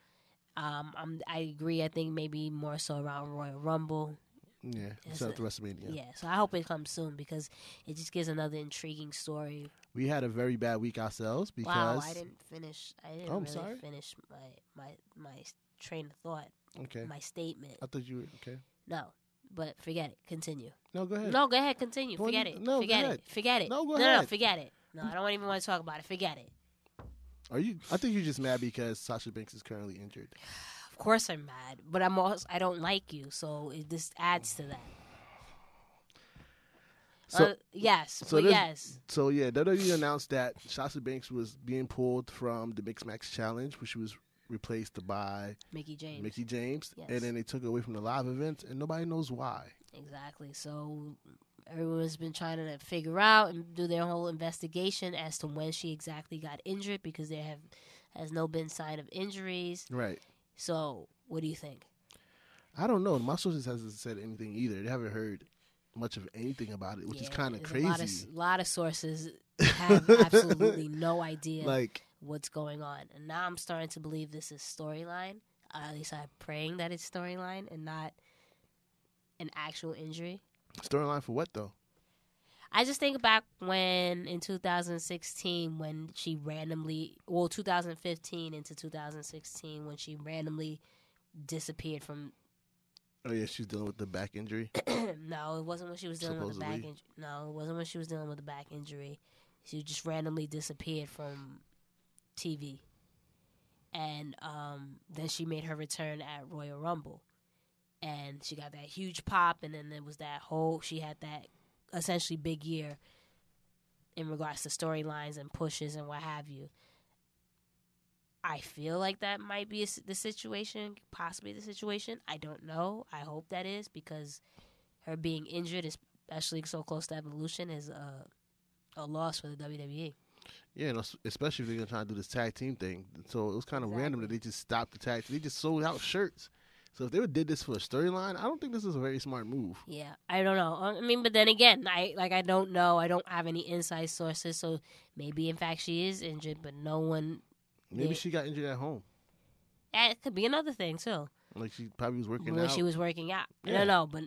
Um, I'm, I agree. I think maybe more so around Royal Rumble.
Yeah,
Yes,
set up
it-
the WrestleMania.
Yeah. So I hope it comes soon because it just gives another intriguing story.
We had a very bad week ourselves because. Oh,
wow, I didn't finish. I didn't
I'm
really
sorry?
finish my my my s- train of thought,
Okay.
my statement.
I thought you were. Okay.
No, but forget it. Continue.
No, go ahead.
No, go ahead. Continue.
Go on,
Forget
you-
it.
no, go
forget
ahead.
it. Forget it.
No, go
no,
ahead.
forget it. No, I don't even want to talk about it. Forget it.
Are you? I think you're just mad because Sasha Banks is currently injured.
Of course I'm mad, but I'm also I don't like you, so it just adds to that.
So,
uh, yes,
so
but
this-
yes,
so yeah, WWE announced that Sasha Banks was being pulled from the Mix Max Challenge, which she was replaced by
Mickey James.
Mickey James,
Yes.
and then they took her away from the live event, and nobody knows why.
Exactly. So everyone's been trying to figure out and do their whole investigation as to when she exactly got injured because there have has no been sign of injuries.
Right.
So what do you think?
I don't know. My sources hasn't said anything either. They haven't heard much of anything about it, which is
Yeah,
kind of
there's A lot of, s-
crazy.
lot of sources have absolutely no idea
Like,
what's going on, and now I'm starting to believe this is storyline. Uh, at least I'm praying that it's storyline and not an actual injury.
storyline for what though?
I just think back when in 2016 when she randomly, well, 2015 into 2016 when she randomly disappeared from.
Oh yeah, she's dealing with the back injury.
no, it wasn't when she was dealing with the back
Supposedly.
injury. No, it wasn't when she was dealing with the back injury. She just randomly disappeared from TV, and um, then she made her return at Royal Rumble, and she got that huge pop, and then there was that whole she had that essentially big year in regards to storylines and pushes and what have you. I feel like that might be a s the situation, possibly the situation. I don't know. I hope that is because her being injured, especially so close to Evolution, is a a loss for the E. WWE.
Yeah, and es- especially if they're gonna try to do this tag team thing. So it was kind of random that
Exactly.
they just stopped the tag. They just sold out shirts. So if they would did this for a storyline, I don't think this is a very smart move.
Yeah, I don't know. Uh, I mean, but then again, I like I don't know. I don't have any inside sources, so maybe in fact she is injured, but no one.
Maybe
Yeah.
she got injured at home,
That could be another thing too.
like she probably was working
when
out.
she was working out. I
Yeah.
don't know, but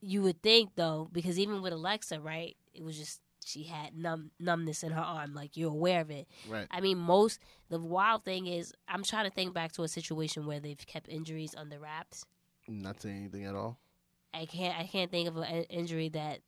you would think though, because even with Alexa, right? It was just she had numb numbness in her arm. Like you're aware of it.
right.
I mean, most the wild thing is I'm trying to think back to a situation where they've kept injuries under wraps.
Not saying anything at all.
I can't I can't think of an in- injury that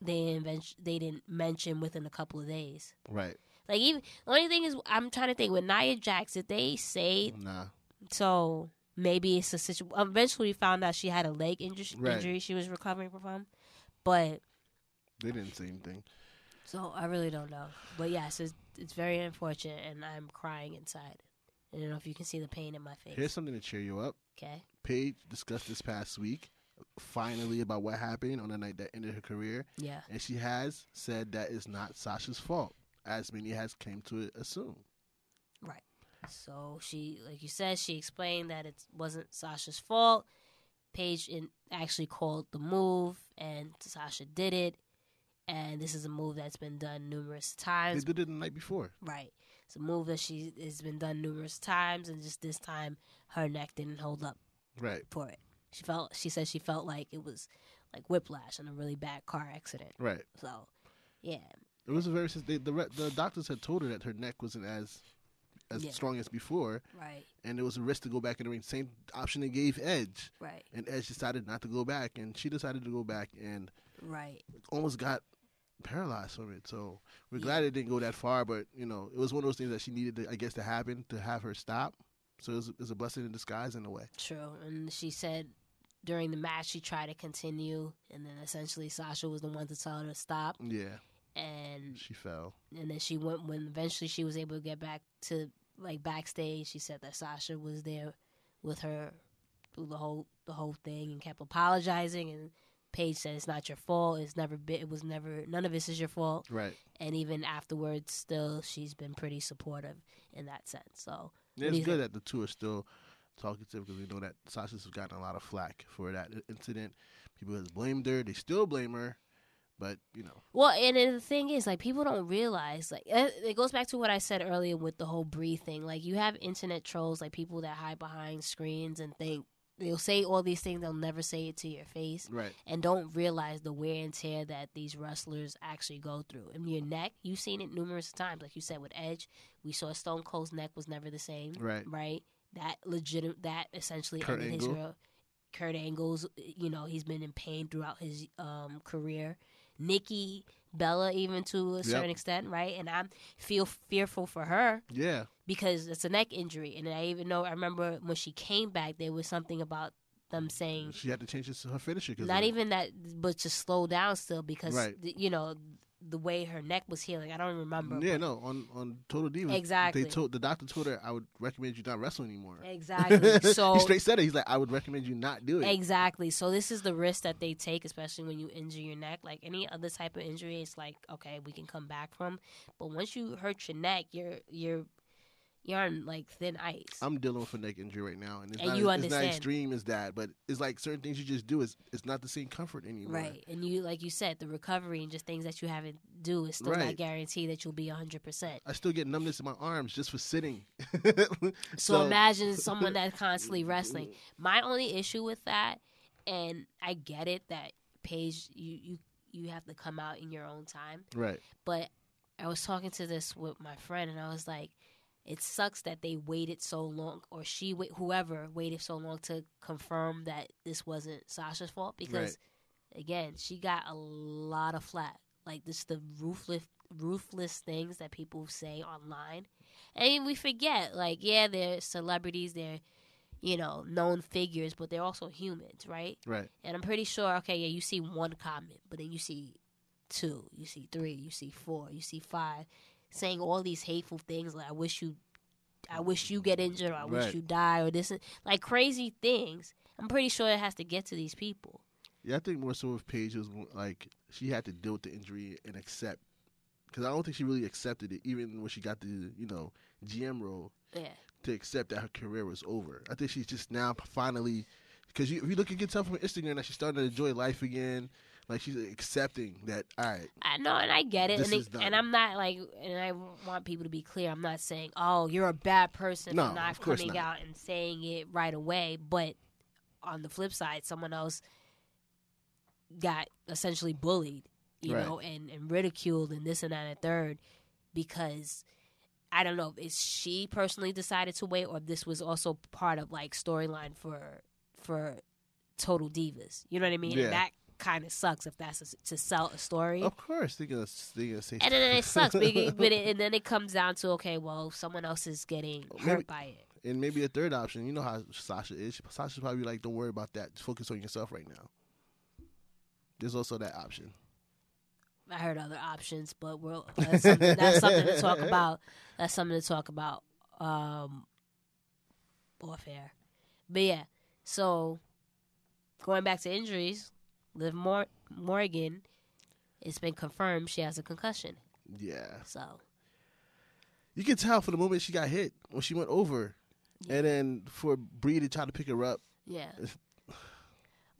they inven- they didn't mention within a couple of days.
Right.
Like even the only thing is I'm trying to think with Nia Jax did they say
Nah.
so maybe it's a situation. Eventually, we found out she had a leg injury,
Right.
injury she was recovering from, but
They didn't say anything.
so I really don't know. But yes, it's, it's very unfortunate, and I'm crying inside. I don't know if you can see the pain in my face.
Here's something to cheer you up.
okay.
Paige discussed this past week, finally about what happened on the night that ended her career,
Yeah.
and she has said that it's not Sasha's fault, as many has claimed to assume.
Right. So she, like you said, she explained that it wasn't Sasha's fault. Paige in, actually called the move, and Sasha did it. And this is a move that's been done numerous
They
times.
did it the night before.
Right. It's a move that she has been done numerous times, and just this time, her neck didn't hold up
Right.
for it. She felt. She said she felt like it was like whiplash in a really bad car accident.
Right.
So, yeah,
It was a very sus- they, the re- the doctors had told her that her neck wasn't as as
Yeah.
strong as before,
right,
and there was a risk to go back in the ring. Same option they gave Edge,
right,
and Edge decided not to go back, and she decided to go back and
right.
almost got paralyzed from it. So we're glad it didn't go that far, but you know it was one of those things that she needed, to, I guess, to happen to have her stop. So it was, it was a blessing in disguise in a way.
True. And she said during the match she tried to continue, and then essentially Sasha was the one to tell her to stop,
Yeah,
and
she fell.
and then she went when eventually she was able to get back to like backstage, she said that Sasha was there with her through the whole the whole thing and kept apologizing. And Paige said, "It's not your fault. It's never been. It was never. None of this is your fault."
Right.
And even afterwards, still, she's been pretty supportive in that sense. So
Yeah,
What
it's
do you
good that the two are still talkative because we know that Sasha's has gotten a lot of flack for that i- incident. People has blamed her. They still blame her, but you know,
Well, and then the thing is, like, people don't realize, like, eh, it goes back to what I said earlier with the whole Bree thing. Like, you have internet trolls, like people that hide behind screens and think they'll say all these things, they'll never say it to your face,
right?
and don't realize the wear and tear that these wrestlers actually go through. And your neck, you've seen it numerous times. Like you said with Edge, we saw Stone Cold's neck was never the same,
Right.
Right? That legitimate, that essentially
Kurt
ended his
Angle.
real. Kurt Angle's, you know, he's been in pain throughout his um, career. Nikki Bella even to a
Yep.
certain extent, right? And I feel fearful for her
Yeah,
because it's a neck injury. And I even know I remember when she came back, there was something about them saying
she had to change this- her finisher because
not even that, but to slow down still because
Right.
th- you know the way her neck was healing. I don't remember.
Yeah, no. On on Total Divas,
Exactly.
They told the doctor told her, "I would recommend you not wrestle anymore."
Exactly. So
he straight said it. He's like, "I would recommend you not do it."
Exactly. So this is the risk that they take, especially when you injure your neck. Like any other type of injury, it's like okay, we can come back from. But once you hurt your neck, you're you're you're on like thin ice.
I'm dealing with a neck injury right now, and it's,
And
not,
you
it's not
understand.
extreme as that, but it's like certain things you just do is it's not the same comfort anymore.
right, and you like you said, the recovery and just things that you haven't do is still not
Right.
guaranteed that you'll be hundred percent.
I still get numbness in my arms just for sitting.
So Mm-hmm. imagine someone that's constantly wrestling. My only issue with that, and I get it that Paige, you you you have to come out in your own time.
Right.
but I was talking to this with my friend, and I was like, it sucks that they waited so long, or she, wait, whoever, waited so long to confirm that this wasn't Sasha's fault because, again, she got a lot of flack. Like this, the ruthless, ruthless things that people say online, and we forget. Like, yeah, they're celebrities, they're you know known figures, but they're also humans, right?
Right.
And I'm pretty sure, okay, yeah, you see one comment, but then you see two, you see three, you see four, you see five, saying all these hateful things like I wish you I wish you get injured or I
Right.
wish you die or this is- like crazy things. I'm pretty sure it has to get to these people.
Yeah, I think more so with Paige was more like she had to deal with the injury and accept. Because I don't think she really accepted it, even when she got the you know GM role,
Yeah.
to accept that her career was over. I think she's just now finally, because you, if you look at yourself from Instagram, that she's starting to enjoy life again. Like she's accepting that. All right,
I know and I get it
This
and it,
is done.
and I'm not like and I want people to be clear. I'm not saying, "Oh, you're a bad person
No,
for not
of course
coming
not.
out and saying it right away," but on the flip side, someone else got essentially bullied, you
Right.
know, and, and ridiculed and this and that and third because I don't know if she personally decided to wait or this was also part of like storyline for for Total Divas. You know what I mean?
Yeah.
And that kind of sucks if that's a, to sell a story.
of course they're gonna they're gonna say,
And then it sucks, but, it, but it, and then it comes down to okay, well, someone else is getting
Maybe-
hurt by it.
and maybe a third option. You know how Sasha is. Sasha's probably like, don't worry about that. Just focus on yourself right now. There's also that option.
I heard other options, but we're that's something, that's something to talk about. That's something to talk about. Um, warfare, but yeah. So going back to injuries, Liv Mor- Morgan, it's been confirmed she has a concussion.
Yeah.
So
You can tell for the moment she got hit when she went over,
Yeah.
and then for Bree to try to pick her up.
yeah.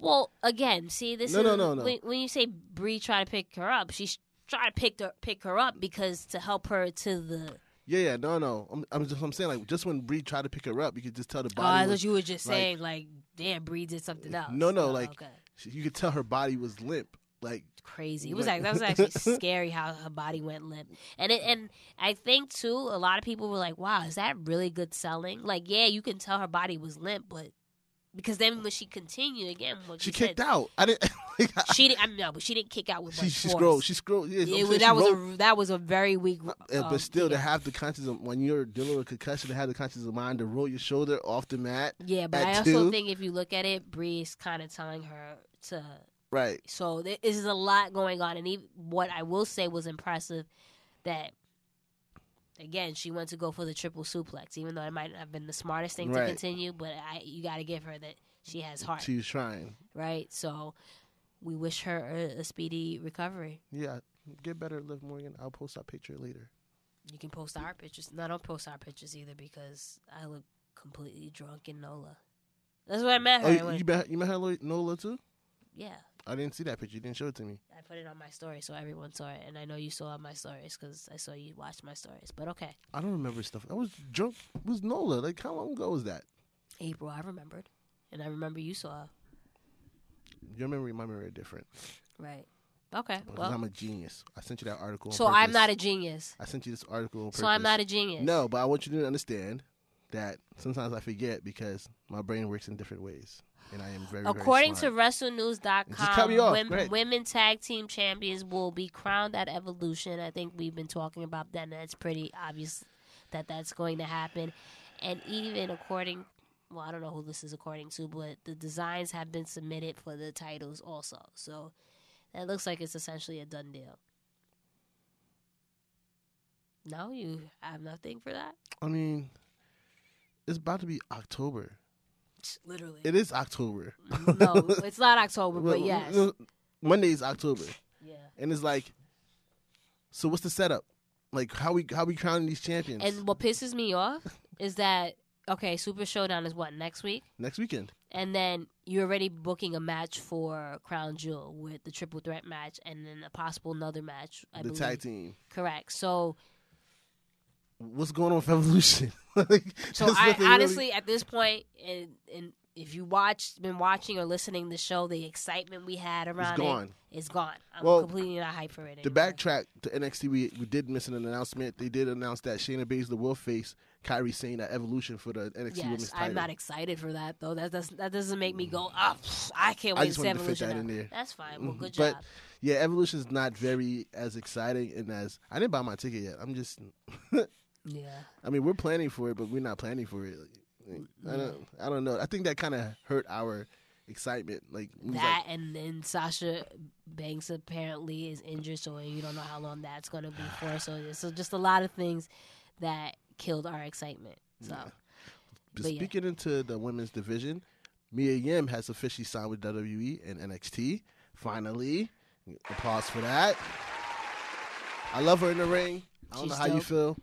Well, again, see this.
No,
is,
no, no, no.
When, when you say Bree try to pick her up, she's trying to pick her pick her up because to help her to the.
Yeah, yeah, no, no. I'm, I'm just, I'm saying like just when Bree tried to pick her up, you could just tell the
Oh,
body.
I
was-
thought you were just
like-
saying like, damn, Bree did something else.
No, no,
Oh,
like-
okay.
she- you could tell her body was limp. Like
crazy. It was
Right.
like that was actually scary how her body went limp. And it, and I think too, a lot of people were like, "Wow, is that really good selling?" Like, yeah, you can tell her body was limp, but because then when she continued again, what
she
you said,
kicked out. I didn't. like, I-
She didn't. I mean, no, but she didn't kick out with
she,
much
she
force.
scrolled. She scrolled. Yeah, I'm
It
saying
was-
she
that was
rolled-
a that was a very weak.
Yeah,
um,
but still, to
yeah.
have the conscience of when you're dealing with concussion, to have the conscience of mind to roll your shoulder off the mat,
Yeah, but
at
I also
two-
think if you look at it, Bree's kind of telling her to.
right?
So there is a lot going on, and even, what I will say was impressive that again, she went to go for the triple suplex, even though it might not have been the smartest thing
Right.
to continue. But I, you got to give her that she has heart,
She was trying.
right? So we wish her a, a speedy recovery.
Yeah, get better, Liv Morgan. I'll post that picture later.
You can post our pictures. No, don't post our pictures either because I look completely drunk in Nola. That's where I met her.
Oh,
I
you,
went-
you met you met Hello- Nola too?
yeah,
I didn't see that picture. You didn't show it to me.
I put it on my story so everyone saw it, and I know you saw my stories because I saw you watch my stories. But okay,
I don't remember stuff. I was drunk. It was Nola? Like how long ago was that?
April, I remembered, and I remember you saw.
Your memory, and my memory are different.
Right. Okay.
Because
Well,
I'm a genius. I sent you that article.
so I'm not
A-
a genius.
I sent you this article. On
So I'm not
purpose.
a genius.
No, but I want you to understand that sometimes I forget because my brain works in different ways, and I am very. very
According to
smart. Just cut me
WrestleNews.com,
off.
women,
Great.
women tag team champions will be crowned at Evolution. I think we've been talking about that, and it's pretty obvious that that's going to happen. And even according, well, I don't know who this is according to, but the designs have been submitted for the titles also. So that looks like it's essentially a done deal. No, you have nothing for that?
I mean, it's about to be October.
Literally.
It is October.
no, it's not October,
Well,
but yes.
no, Monday is October,
Yeah.
and it's like, so what's the setup? Like how we how we crowning these champions
And what pisses me off is that okay, Super Showdown is what next week,
next weekend?
and then you're already booking a match for Crown Jewel with the triple threat match, and then a possible another match. I
the
believe.
tag team.
Correct. So,
What's going on with Evolution? like,
so
there's
I
nothing really-
honestly, at this point, and and if you watched, been watching or listening to the show, the excitement we had around
gone.
it is gone. I'm
Well,
completely not hyped for it.
The
anymore.
backtrack to NXT, we, we did miss an announcement. They did announce that Shayna Baszler will face Kyrie Sane at Evolution for the NXT Women's
Yes,
title.
I'm not excited for that though. That doesn't that doesn't make me go. Oh, pff, I can't
I
wait
just
to see
wanted to fit
Evolution.
that
now."
in there. Mm-hmm.
That's fine. Well, good
but
job.
yeah, Evolution is not very as exciting and as I didn't buy my ticket yet. I'm just,
Yeah,
I mean, we're planning for it, but we're not planning for it. Like,
Mm-hmm.
I don't, I don't know. I think that kind of hurt our excitement. Like we was
that and then Sasha Banks apparently is injured, so you don't know how long that's going to be for. So, so just a lot of things that killed our excitement. So
like,
but yeah.
speaking into the women's division, Mia Yim has officially signed with WWE and NXT. Finally, applause for that. I love her in the ring. I don't
She's
know how you
dope.
feel.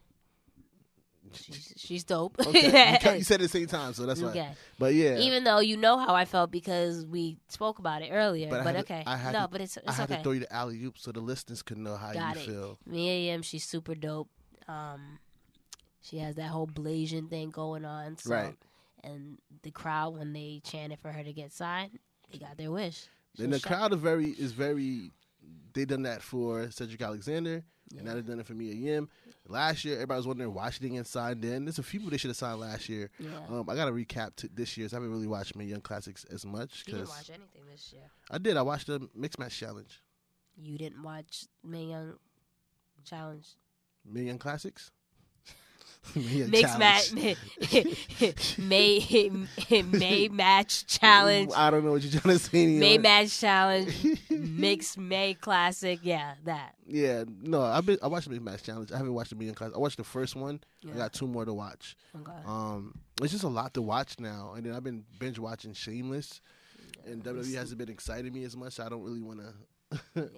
she's, she's dope.
Okay, you, ca- you said it at the same time, so that's why.
Okay.
But yeah,
Even though you know how I felt because we spoke about it earlier,
But I
but,
had to-
okay,
I had
no,
to-
but it's
I
it's
had
okay.
to throw you the alley oop so the listeners could know how
Got
you
it.
feel.
Mia Yim, she's super dope. Um, she has that whole blazing thing going on. So,
Right.
And the crowd, when they chanted for her to get signed, they got their wish. So
And the
shout-
crowd are very is very. They done that for Cedric Alexander, and now they done it for Mia Yim. Last year, everybody was wondering why she didn't get signed. Then there's a few people they should have signed last year.
Yeah.
Um, I got to recap to this year's. I haven't really watched Mia Young Classics as much
You didn't
because
watch anything this year.
I did. I watched the mixed match challenge,
You didn't watch Mae Young Challenge.
Mia Young Classics. Mia
Mixed match.
Challenge.
May, May match challenge.
I don't know what you're trying to say.
May
anyway.
match challenge. Mixed May classic. Yeah, that.
Yeah, no, I've been I watched the Big Match Challenge. I haven't watched the Million Class. I watched the first one. I
Yeah.
got two more to watch.
Okay.
Um, it's just a lot to watch now, and then I've been binge watching Shameless, and WWE hasn't been exciting me as much. So I don't really want to.
Yeah.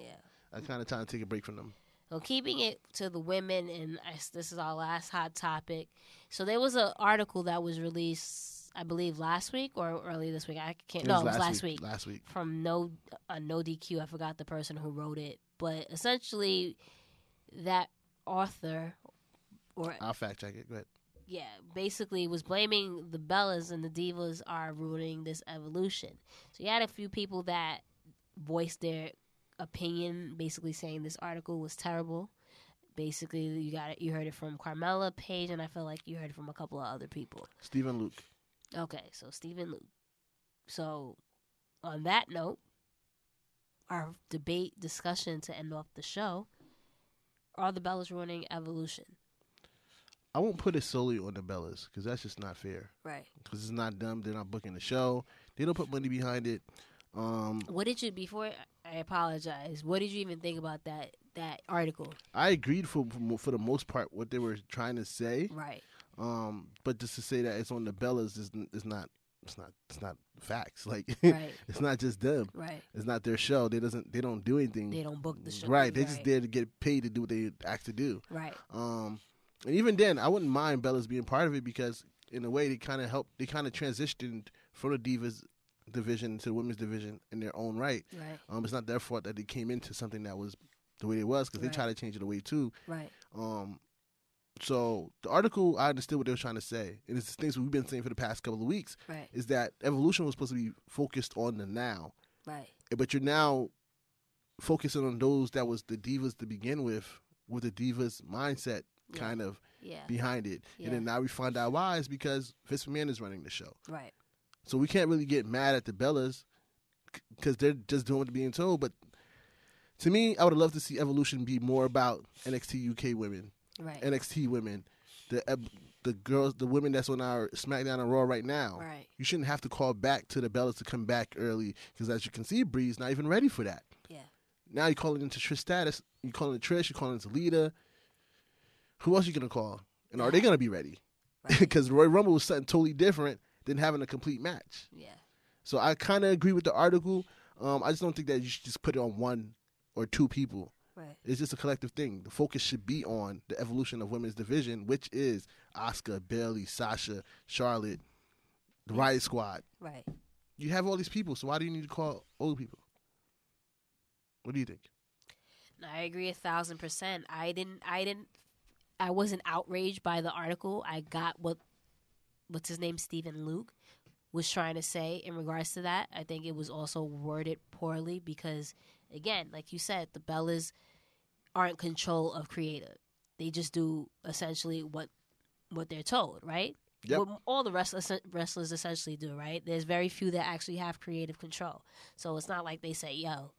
I kind of trying to take a break from them.
So keeping it to the women, and I s this is our last hot topic. So there was an article that was released, I believe, last week or early this week. I can't. no, it was last week.
Last week.
from no uh, no DQ. I forgot the person who wrote it, but essentially that author or
I'll fact check it. Go ahead.
yeah, basically was blaming the Bellas and the Divas are ruining this evolution. So you had a few people that voiced their opinion, basically saying this article was terrible. Basically, you got it. You heard it from Carmella Page, and I feel like you heard it from a couple of other people.
Stephen Luke.
Okay, so Stephen Luke. So, on that note, our debate discussion to end off the show: Are the Bellas ruining evolution?
I won't put it solely on the Bellas because that's just not fair.
Right.
Because it's not them. They're not booking the show. They don't put money behind it. Um,
What did you before? I apologize. What did you even think about that? that article.
I agreed for for mo- for the most part what they were trying to say.
Right.
Um, but just to say that it's on the Bellas is n- is not it's not it's not facts. Like
Right.
it's not just them.
Right.
It's not their show. They doesn't they don't do anything.
They don't book the show.
Right. They just there to get paid to do what they asked to do.
Right.
Um, and even then, I wouldn't mind Bellas being part of it because in a way they kind of helped. They kind of transitioned from the divas division to the women's division in their own right.
Right.
Um, it's not their fault that they came into something that was the way they was because
Right.
they tried to change it away too.
Right.
Um, so the article, I understood what they were trying to say, and it's the things we've been saying for the past couple of weeks
Right.
is that evolution was supposed to be focused on the now,
Right.
but you're now focusing on those that was the divas to begin with, with the divas mindset
Yeah.
kind of
Yeah.
behind it, and then now we find out why is because Vince McMahon is running the show,
Right.
so we can't really get mad at the Bellas because they're just doing what they're being told, but. To me, I would love to see evolution be more about NXT UK women
Right.
NXT women, the eb- the girls, the women that's on our SmackDown and Raw right now.
Right.
You shouldn't have to call back to the Bellas to come back early because, as you can see, Bree's not even ready for that.
Yeah.
Now you're calling into Trish status. You're calling into Trish. You're calling into Lita. Who else you gonna call? And are they gonna be ready?
Right.
Because Roy Rumble was something totally different than having a complete match.
yeah.
So I kind of agree with the article. Um, I just don't think that you should just put it on one or two people.
Right.
It's just a collective thing. The focus should be on the evolution of women's division, which is Oscar, Bailey, Sasha, Charlotte, the Riot Squad.
Right.
You have all these people, so why do you need to call old people? What do you think?
No, I agree a thousand percent. I didn't. I didn't. I wasn't outraged by the article. I got what what's his name, Stephen Luke, was trying to say in regards to that. I think it was also worded poorly because, again, like you said, the Bellas aren't in control of creative. They just do essentially what what they're told, right?
Yep.
What all the wrestlers wrestlers essentially do, right? There's very few that actually have creative control. So it's not like they say, "Yo,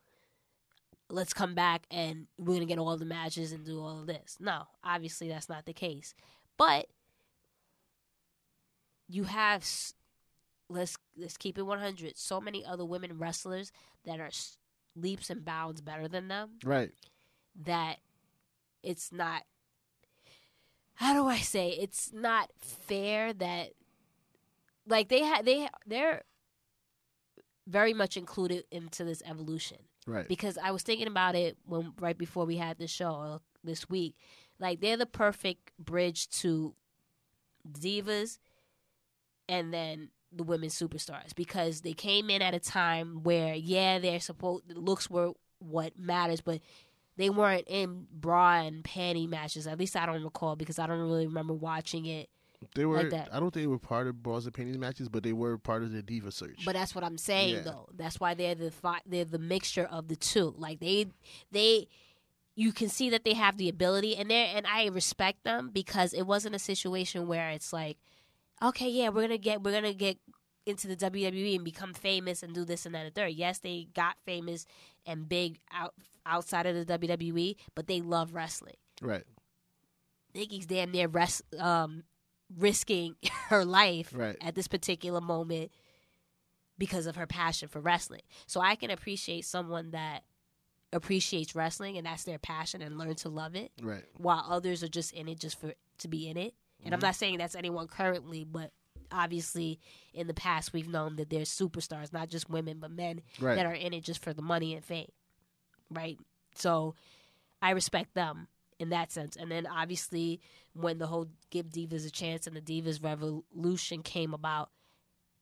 let's come back and we're gonna get all the matches and do all of this." No, obviously that's not the case. But you have s- let's let's keep it 100 so many other women wrestlers that are s- leaps and bounds better than them
Right.
that it's not how do i say it's not fair that like they had they ha- they're very much included into this evolution
Right.
because I was thinking about it when right before we had the show or this week. Like they're the perfect bridge to divas and then the women superstars because they came in at a time where yeah, their support looks were what matters, but they weren't in bra and panty matches. At least I don't recall because I don't really remember watching it.
they were
like that.
I don't think they were part of Brawls and Panties matches, but they were part of the Diva search.
But that's what I'm saying
Yeah.
though. That's why they're the fi- they're the mixture of the two. Like they they you can see that they have the ability and they and I respect them because it wasn't a situation where it's like okay, yeah, we're going to get we're going to get into the WWE and become famous and do this and that and third. Yes, they got famous and big out outside of the WWE, but they love wrestling.
right.
Nikki's damn near res- um, risking her life
Right.
at this particular moment because of her passion for wrestling. So I can appreciate someone that appreciates wrestling and that's their passion and learn to love it,
Right.
while others are just in it just for to be in it. And I'm not saying that's anyone currently, but obviously in the past we've known that there's superstars, not just women but men
Right.
that are in it just for the money and fame, right? So I respect them in that sense. And then obviously, when the whole "Give Divas a Chance" and the Divas Revolution came about,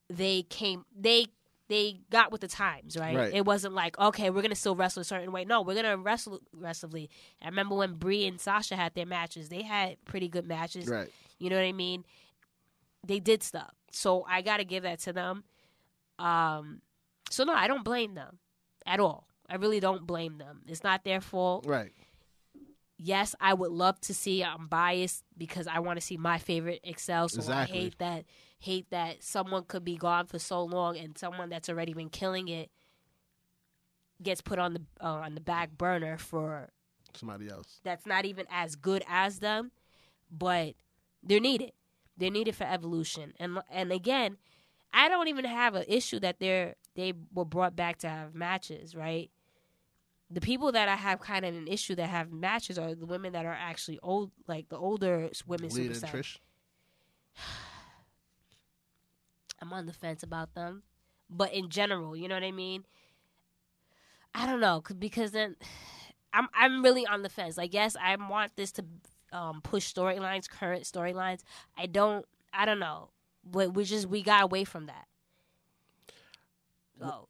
they came they they got with the times, right?
Right.
It wasn't like okay, we're gonna still wrestle a certain way. No, we're gonna wrestle aggressively. I remember when Brie and Sasha had their matches; they had pretty good matches.
Right.
You know what I mean? They did stuff. So I got to give that to them. Um, so no, I don't blame them at all. I really don't blame them. It's not their fault.
Right.
Yes, I would love to see. I'm biased because I want to see my favorite excel. So
Exactly.
I hate that. Hate that someone could be gone for so long and someone that's already been killing it gets put on the uh, on the back burner for
Somebody else.
that's not even as good as them, but they're needed. They're needed for evolution. And and again, I don't even have an issue that they're they were brought back to have matches, right? the people that I have kind of an issue that have matches are the women that are actually old, like the older s- women
Leah and
superstars.
Trish.
I'm on the fence about them, but in general, you know what I mean. I don't know 'cause- because then I'm I'm really on the fence. Like yes, I want this to um, push storylines, current storylines. I don't. I don't know. But we just we got away from that. So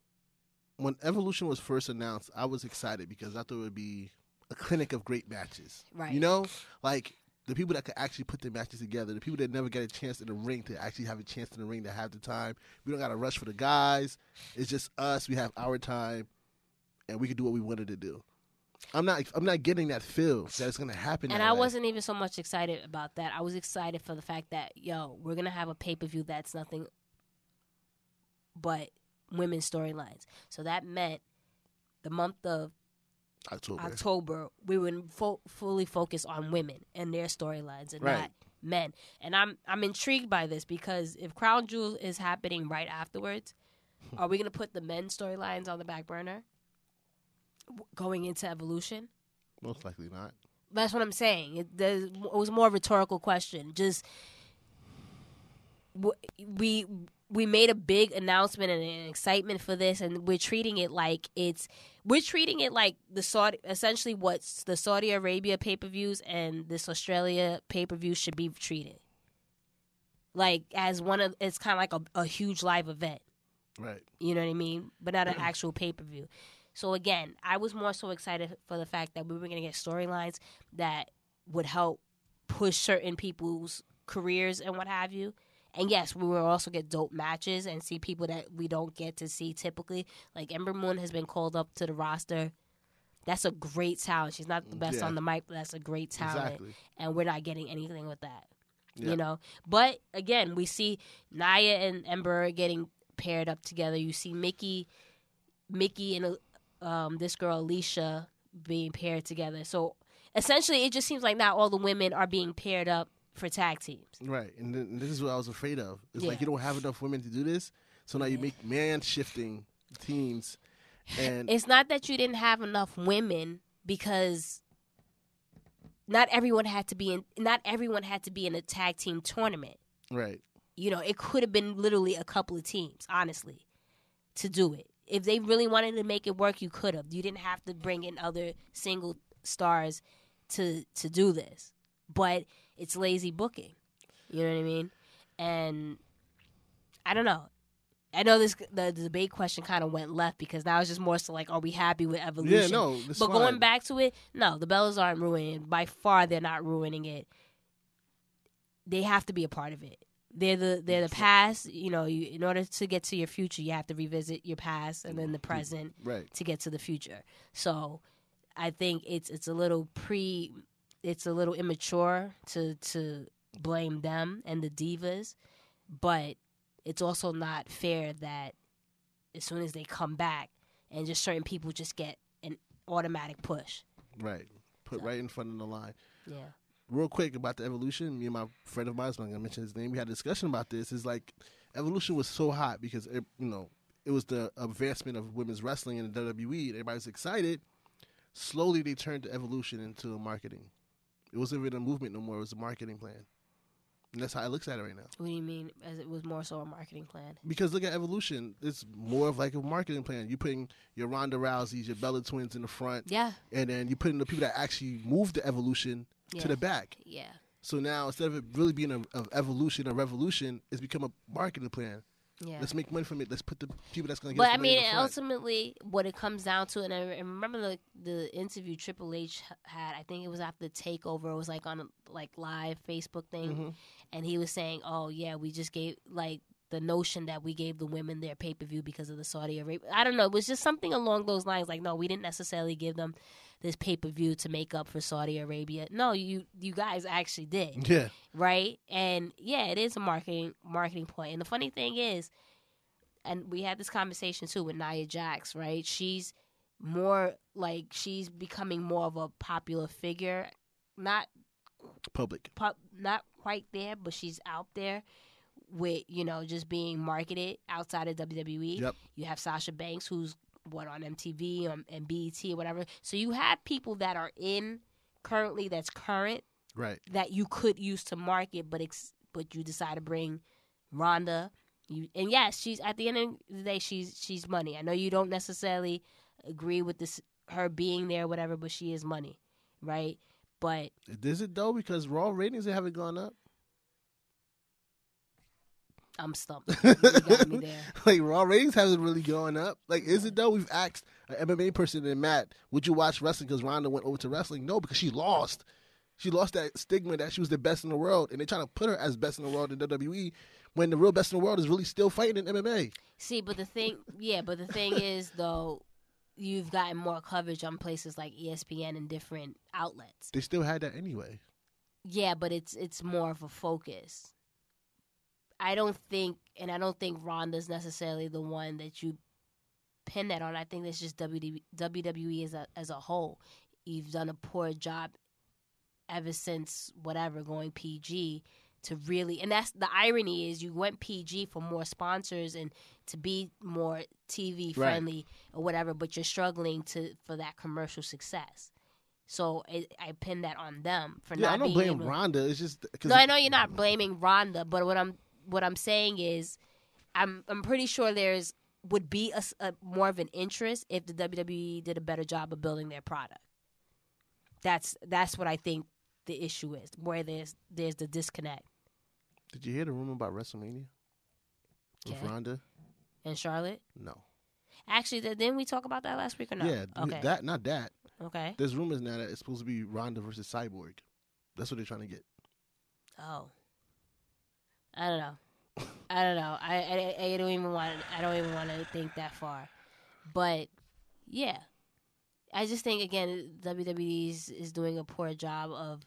When Evolution was first announced, I was excited because I thought it would be a clinic of great matches.
Right.
You know, like the people that could actually put their matches together, the people that never get a chance in the ring to actually have a chance in the ring to have the time. We don't got to rush for the guys. It's just us. We have our time, and we can do what we wanted to do. I'm not. I'm not getting that feel that it's going to happen.
And
that
I
way.
wasn't even so much excited about that. I was excited for the fact that yo, we're gonna have a pay per view that's nothing but women's storylines. So that meant the month of
October.
October, we would fo- fully focus on women and their storylines and
Right.
not men. And I'm I'm intrigued by this because if Crown Jewel is happening right afterwards, are we going to put the men storylines on the back burner w- going into Evolution?
Most likely not.
That's what I'm saying. It, there's- it was more rhetorical question. Just w- we we made a big announcement and an excitement for this, and we're treating it like it's we're treating it like the Saudi essentially what's the Saudi Arabia pay per views and this Australia pay per view should be treated like as one of it's kind of like a, a huge live event.
Right.
You know what I mean? But not an actual pay per view. So again, I was more so excited for the fact that we were going to get storylines that would help push certain people's careers and what have you. And yes, we will also get dope matches and see people that we don't get to see typically. Like Ember Moon has been called up to the roster. That's a great talent. She's not the best
Yeah.
on the mic, but that's a great talent.
Exactly.
And we're not getting anything with that
Yeah.
you know. But again, we see Naya and Ember getting paired up together. You see Mickey, Mickey and uh, um, this girl Alicia being paired together. So essentially, it just seems like now all the women are being paired up for tag teams.
Right, and, th- and this is what I was afraid of. It's like
Yeah.
you don't have enough women to do this, so now you make man shifting teams, and
It's not that you didn't have enough women because not everyone had to be in. Not everyone had to be in a tag team tournament.
right,
You know, it could have been literally a couple of teams, honestly, to do it. If they really wanted to make it work, you could have. You didn't have to bring in other single stars to to do this. But it's lazy booking. You know what I mean? And I don't know. I know this the, the debate question kind of went left because now it's just more so like, are we happy with evolution?
yeah, no, it's
But
fine.
going back to it, no, the Bellas aren't ruining it. By far, they're not ruining it. They have to be a part of it. They're the they're the past. You know, you, in order to get to your future, you have to revisit your past and then the present
right,
to get to the future. So, I think it's it's a little pre, it's a little immature to to blame them and the divas, but it's also not fair that as soon as they come back and just certain people just get an automatic push.
right, put right in front of the line.
Yeah.
Real quick about the evolution. Me and my friend of mine, I'm not gonna mention his name. We had a discussion about this. It's like evolution was so hot because it, you know it was the advancement of women's wrestling in the WWE. Everybody's excited. Slowly, they turned the evolution into marketing. It wasn't even a movement no more. It was a marketing plan, and that's how it looks at it right now.
What do you mean? As it was more so a marketing plan.
Because look at evolution. It's more of like a marketing plan. You putting your Ronda Rouseys, your Bella Twins in the front,
Yeah.
and then you putting the people that actually move the evolution
Yeah.
to the back.
Yeah.
So now instead of it really being a, a evolution, a revolution, it's become a marketing plan.
Yeah.
Let's make money from it. Let's put the people that's going to get.
But
us the
I
money in
mean,
the front.
ultimately, what it comes down to, and I re- remember the the interview Triple H h- had. I think it was after Takeover. It was like on a, like live Facebook thing,
Mm-hmm.
and he was saying, "Oh yeah, we just gave like the notion that we gave the women their pay per view because of the Saudi Arabia. I don't know. It was just something along those lines. Like, no, we didn't necessarily give them this pay per view to make up for Saudi Arabia. No, you you guys actually did
yeah,
right? And yeah, it is a marketing marketing point. And the funny thing is, and we had this conversation too with Nia Jax, right? She's more like she's becoming more of a popular figure, not
public.
pop, not quite there, but she's out there with you know just being marketed outside of WWE.
Yep.
You have Sasha Banks, who's what on MTV um, and BET or whatever. So you have people that are in currently that's current
Right.
that you could use to market, but ex- but you decide to bring Rhonda. You and yes, she's at the end of the day, she's she's money. I know you don't necessarily agree with this her being there, or whatever, but she is money, right? But
Is it though? Because Raw ratings haven't gone up.
I'm stumped. You got me there.
like Raw ratings hasn't really gone up. Like, is it though? We've asked an MMA person and Matt, would you watch wrestling? Because Ronda went over to wrestling. No, because she lost. She lost that stigma that she was the best in the world, and they trying to put her as best in the world in WWE when the real best in the world is really still fighting in MMA.
See, but the thing, yeah, but the thing is though, you've gotten more coverage on places like E ESPN and different outlets.
They still had that anyway.
Yeah, but it's it's more of a focus. I don't think, and I don't think Ronda's necessarily the one that you pin that on. I think that's just WD WWE E as a as a whole. You've done a poor job ever since whatever going PG to really, and that's the irony is you went PG for more sponsors and to be more TV
Right.
friendly or whatever, but you're struggling to for that commercial success. So it, I pin that on them for
Yeah,
not
I don't
being
blame
able-
Ronda. It's just because
no, I know you're not blaming Rhonda, but what I'm what I'm saying is, I'm I'm pretty sure there's would be a, s- a- more of an interest if the WWE did a better job of building their product. That's that's what I think the issue is, where there's there's the disconnect.
Did you hear the rumor about WrestleMania with
Okay.
Ronda?
And Charlotte,
No.
actually, th- didn't we talk about that last week or not?
Yeah,
Okay.
that not that.
okay.
There's rumors now that it's supposed to be Ronda versus Cyborg. That's what they're trying to get.
Oh, I don't know. I don't know. I I, I don't even want. I don't even want to think that far. But yeah, I just think again, WWE is, is doing a poor job of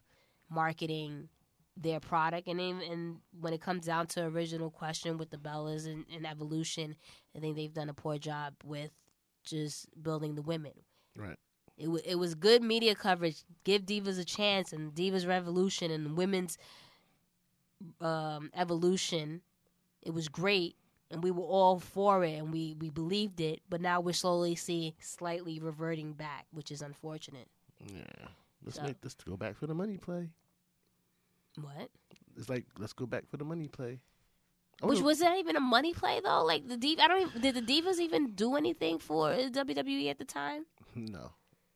marketing their product, and even and when it comes down to original question with the Bellas and, and Evolution, I think they've done a poor job with just building the women.
Right.
It, w- it was good media coverage. Give Divas a chance and Divas Revolution and Women's um, Evolution. It was great, and we were all for it, and we, we believed it. But now we're slowly seeing slightly reverting back, which is unfortunate.
Yeah. Let's
So-
make this go back for the money play.
What?
It's like let's go back for the money play. Oh, I
Which
wonder-
was that even a money play though? Like the div- I don't even, did the divas even do anything for WWE at the time?
no.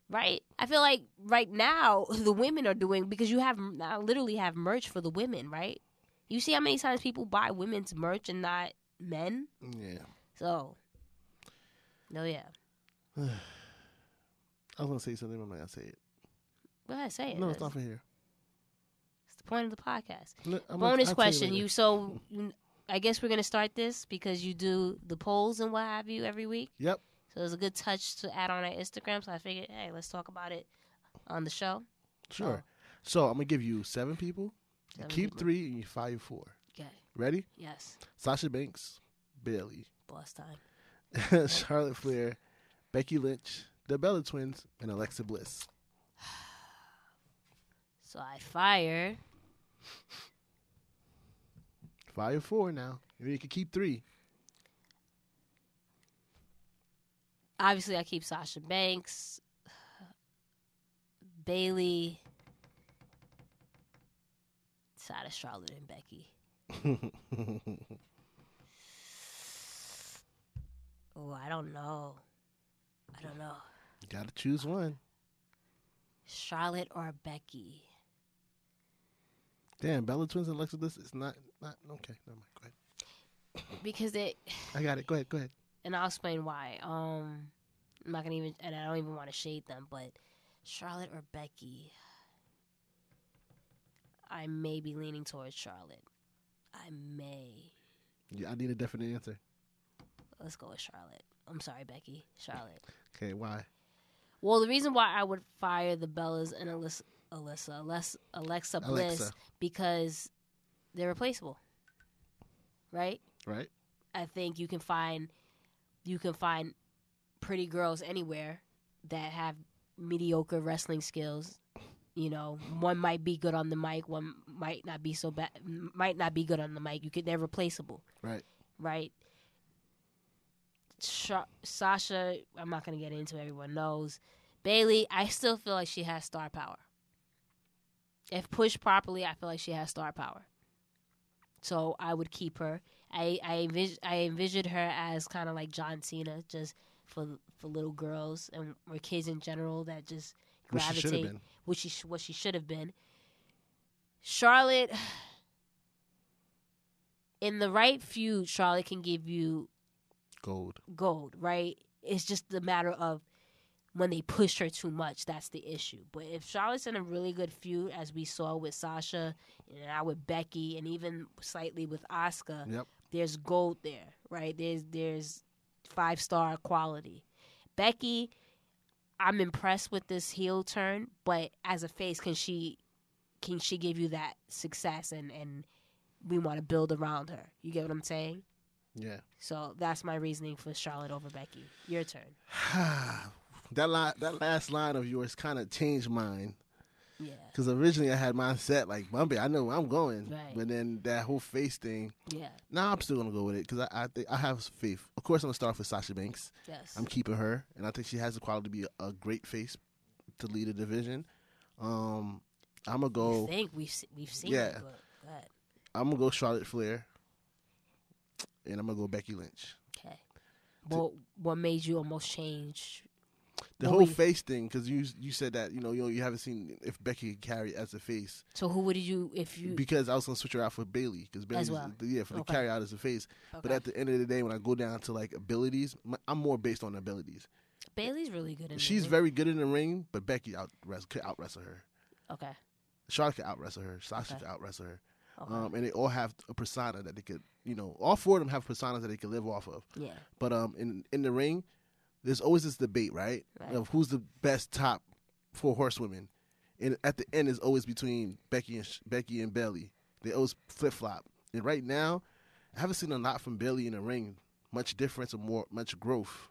Right. I feel like right now the women are doing because you have I literally have merch for the women, right? You see how many times people buy women's merch and not men?
Yeah.
So No yeah.
I was gonna say something, but I'm not gonna say it.
Go ahead, say it.
No,
That's
it's not for here.
it's the point of the podcast.
No, I'm gonna-
Bonus
I'll tell
question.
later.
You so you- I guess we're gonna start this because you do the polls and what have you every week.
Yep.
So it was a good touch to add on our Instagram. So I figured, hey, let's talk about it on the show.
Sure. So I'm gonna give you seven people. You
Oh. Seven
keep
people.
three and you fire four.
Okay.
Ready?
Yes.
Sasha Banks, Bailey,
Boss time.
Charlotte Flair, Becky Lynch, the Bella Twins, and Alexa Bliss.
So I fire.
Fire four now. And you can keep three.
obviously I keep Sasha Banks, Bailey, side of Charlotte and Becky. Oh, I don't know. I don't know.
Gotta choose one.
Charlotte or Becky.
Damn, Bella Twins and Alexa Bliss is not not okay. Never mind. Go ahead.
Because it
I got it. Go ahead. Go ahead.
and I'll explain why. Um I'm not gonna even and I don't even want to shade them, but Charlotte or Becky. I may be leaning towards Charlotte. I may.
Yeah, I need a definite answer.
Let's go with Charlotte. I'm sorry, Becky. Charlotte.
Okay, why?
Well, the reason why I would fire the Bellas and Alyssa, Alyssa, Alex- Alexa Bliss
Alexa.
because they're replaceable, right?
Right?
I think you can find you can find pretty girls anywhere that have mediocre wrestling skills. You know, one might be good on the mic, one might not be so bad, might not be good on the mic. You could they're replaceable
Right.
right? Sha- Sasha, I'm not gonna get into. Everyone knows Bailey. I still feel like she has star power. If pushed properly, I feel like she has star power. So I would keep her. I I envis- I envisioned her as kind of like John Cena, just for for little girls and or kids in general that just
Which she should have
gravitate
been.
which she sh- what she should have been. Charlotte, in the right feud, Charlotte can give you
Gold.
gold. Right? It's just the matter of when they push her too much. That's the issue. But if Charlotte's in a really good feud, as we saw with Sasha and now with Becky, and even slightly with Oscar,
Yep.
there's gold there, right? There's there's five star quality. Becky, I'm impressed with this heel turn, but as a face, can she can she give you that success and and we want to build around her? You get what I'm saying?
Yeah.
So that's my reasoning for Charlotte over Becky. Your turn.
that line, that last line of yours, kind of changed mine
Yeah,
because originally I had mine set like Bumpy. I know where I'm going,
Right.
but then that whole face thing.
yeah,
Nah, I'm still gonna go with it because I I, think I have faith. Of course, I'm gonna start with Sasha Banks.
yes,
I'm keeping her, and I think she has the quality to be a, a great face to lead a division. Um, I'm gonna
I
go.
think we've se- we've seen
Yeah.
it. But go ahead.
I'm gonna go Charlotte Flair, and I'm gonna go Becky Lynch.
Okay. Well, what made you almost change?
The
What
whole
were you-
face thing, because you you said that you know you, you haven't seen if Becky could carry as a face
So who would you if you?
because I was gonna switch her out for Bailey because Bailey's
well.
the, yeah for the
Okay.
carry out as a face. But
Okay.
at the end of the day, when I go down to like abilities, my, I'm more based on abilities.
Bailey's really good in the
She's
ring.
very good in the ring, but Becky out wrest- could out wrestle her.
okay.
Charlotte could out wrestle her. Sasha
Okay.
could out wrestle her.
Okay.
Um, and they all have a persona that they could, you know, all four of them have personas that they could live off of.
yeah.
But um, in in the ring, there's always this debate, right,
Right.
of who's the best top four horsewomen, and at the end is always between Becky and Becky and Bailey. They always flip flop. And right now, I haven't seen a lot from Bailey in the ring. Much difference or more much growth.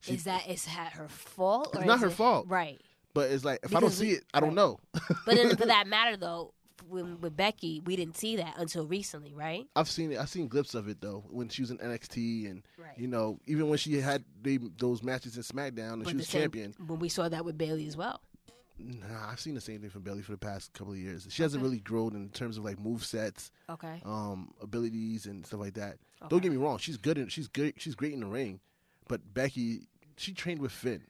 She-
is that is that her fault?
It's
or
not
is
her
it-
fault.
right?
But it's like if I don't
Because we-
see it, I don't know.
But then, for that matter, though, when, with Becky, we didn't see that until recently, right?
I've seen it. I've seen glimpses of it though when she was in NXT and
Right.
you know even when she had they, those matches in SmackDown and
But
she
the
was
same-
champion.
When we saw that with Bailey as well,
Nah, I've seen the same thing from Bailey for the past couple of years. She hasn't really grown in terms of like move sets,
okay.
um, abilities and stuff like that. Uh, Don't get me wrong, she's good in she's good she's great in the ring, but Becky she trained with Finn.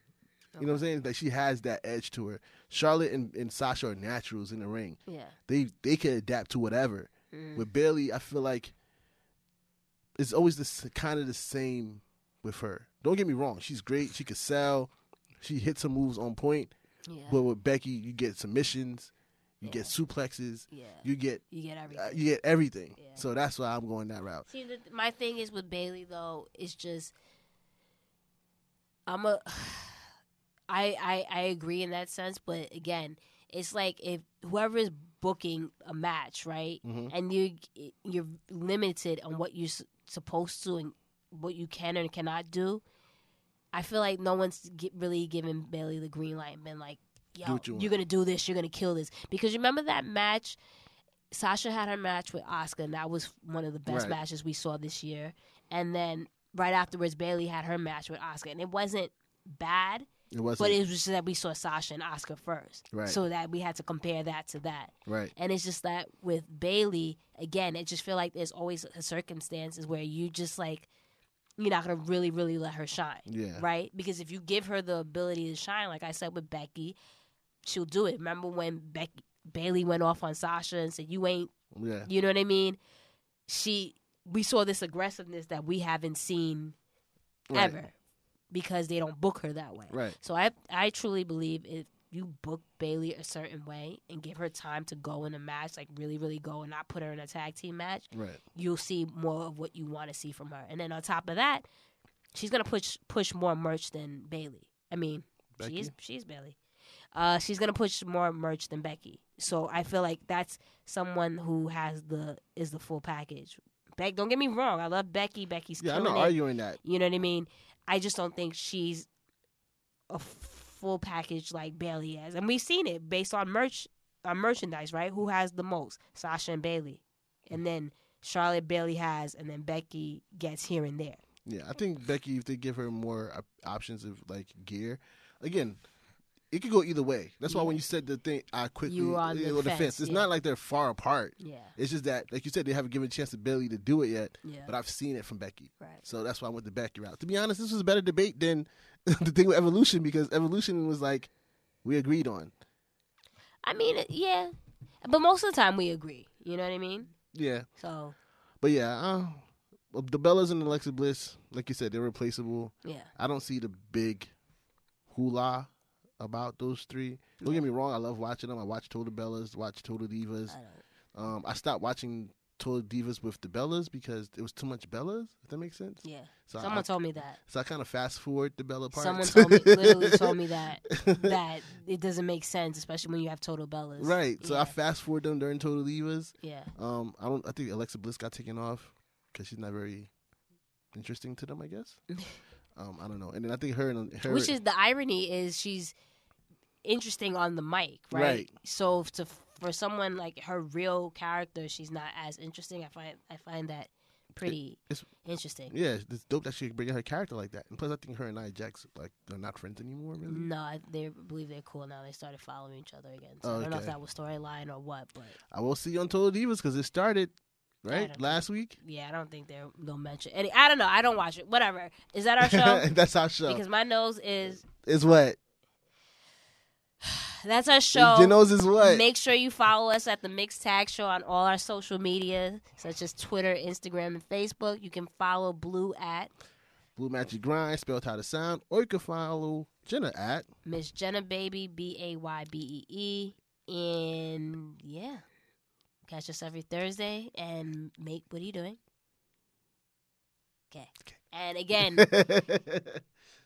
You know what I'm saying? Like she has that edge to her. Charlotte and, and Sasha are naturals in the ring.
Yeah,
They they can adapt to whatever.
Mm.
With Bailey, I feel like it's always this kind of the same with her. Don't get me wrong, she's great. She can sell. She hits her moves on point.
yeah,
But with Becky, you get submissions, you
Yeah.
get suplexes,
yeah. You,
you get
get
uh,
everything.
you get everything.
Yeah.
So that's why I'm going that route.
See, the, my thing is with Bailey though is just I'm a I I I agree in that sense, but again, it's like if whoever is booking a match, right,
Mhm.
and you you're limited on what you're s- supposed to and what you can and cannot do. I feel like no one's gi- really giving Bailey the green light and been like, "Yo,
what you want."
you're gonna do this. You're gonna kill this." Because remember that match Sasha had her match with Oscar, and that was one of the best
Right.
matches we saw this year. And then right afterwards, Bailey had her match with Oscar, and it wasn't bad,
It wasn't
but it was just that we saw Sasha and Oscar first,
Right.
so that we had to compare that to that.
right.
And it's just that with Bailey, again, I just feel like there's always a circumstances where you just like you're not gonna really, really let her shine.
Yeah.
Right? Because if you give her the ability to shine, like I said with Becky, she'll do it. Remember when Becky Bailey went off on Sasha and said, You ain't
Yeah.
you know what I mean? She we saw this aggressiveness that we haven't seen
Right.
ever because they don't book her that way.
Right.
So I I truly believe if you book Bailey a certain way and give her time to go in a match, like really, really go and not put her in a tag team match,
Right.
you'll see more of what you want to see from her. And then on top of that, she's gonna push push more merch than Bailey. I mean,
Becky?
she's she's Bailey. Uh, she's gonna push more merch than Becky. So I feel like that's someone who has the is the full package. Beck, don't get me wrong, I love Becky. Becky's
Yeah, I'm
killing
not
it.
arguing that.
You know what I mean? I just don't think she's a full package like Bailey is, and we've seen it based on merch, on merchandise, right? Who has the most? Sasha and Bailey, and then Charlotte Bailey has, and then Becky gets here and there.
Yeah, I think Becky, if they give her more op- options of like gear, again, it could go either way. That's why when you said the thing, I quickly eh,
You were on
it
the
was
fence,
It's
yeah.
not like they're far apart.
Yeah.
It's just that, like you said, they haven't given a chance to Bailey to do it yet.
Yeah.
But I've seen it from Becky,
Right.
so that's why I went the Becky route. To be honest, this was a better debate than the thing with Evolution because Evolution was like we agreed on.
I mean, it- yeah, but most of the time we agree. You know what I mean?
Yeah,
So
but yeah, uh, well, the Bellas and Alexa Bliss, like you said, they're replaceable.
yeah,
I don't see the big hula about those three. Don't get me wrong, I love watching them. I watch Total Bellas, watch Total Divas.
I don't.
Um, I stopped watching Total Divas with the Bellas because it was too much Bellas. If that makes sense.
Yeah.
So I,
Someone told me that.
so I kind of fast forward the Bella part.
Someone told me literally told me that that it doesn't make sense, especially when you have total bellas.
right. So I
Yeah,
fast forward them during Total Divas.
yeah.
Um, I don't. I think Alexa Bliss got taken off because she's not very interesting to them. I guess. um, I don't know. And then I think her and uh, her.
Which is the irony is she's interesting on the mic, right?
Right.
So to for someone like her real character, she's not as interesting. I find I find that pretty
it's-
interesting.
Yeah, it's dope that she could bring out her character like that. And plus, I think her and Nia Jax like they're not friends anymore, really.
No, I, they believe they're cool now. They started following each other again. So I don't know if
Okay.
that was storyline or what, but
I will see you on Total Divas because it started right
don't know.
last week.
yeah, I don't think they're they'll mention any. I don't know. I don't watch it. Whatever. Is that our show?
That's our show.
because my nose is
It's what
That's our show.
Genos is what.
Make sure you follow us at the Mixed Tag Show on all our social media, such as Twitter, Instagram, and Facebook. You can follow Blue at
Blue Magic Grind spelled how to sound, or you can follow Jenna at.
Miss Jenna Baby, B A Y B E E. And yeah, catch us every Thursday and make what are you doing? Okay. And again, Mm.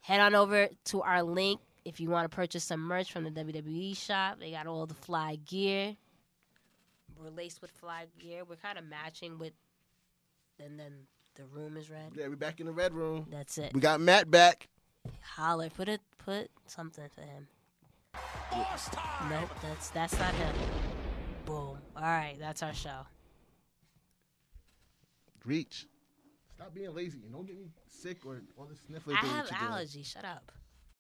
head on over to our link if you want to purchase some merch from the WWE shop. They got all the fly gear. We're laced with fly gear. We're kind of matching with, and then the room is red.
yeah, we back in the red room.
That's it.
We got Matt back.
Holler. Put it. Put something for him.
Boss time.
Nope. That's that's not him. Boom. All right. That's our show.
Reach. Stop being lazy and don't get me sick or all this sniffling.
I
thing that
have
you're doing.
allergies. Shut up.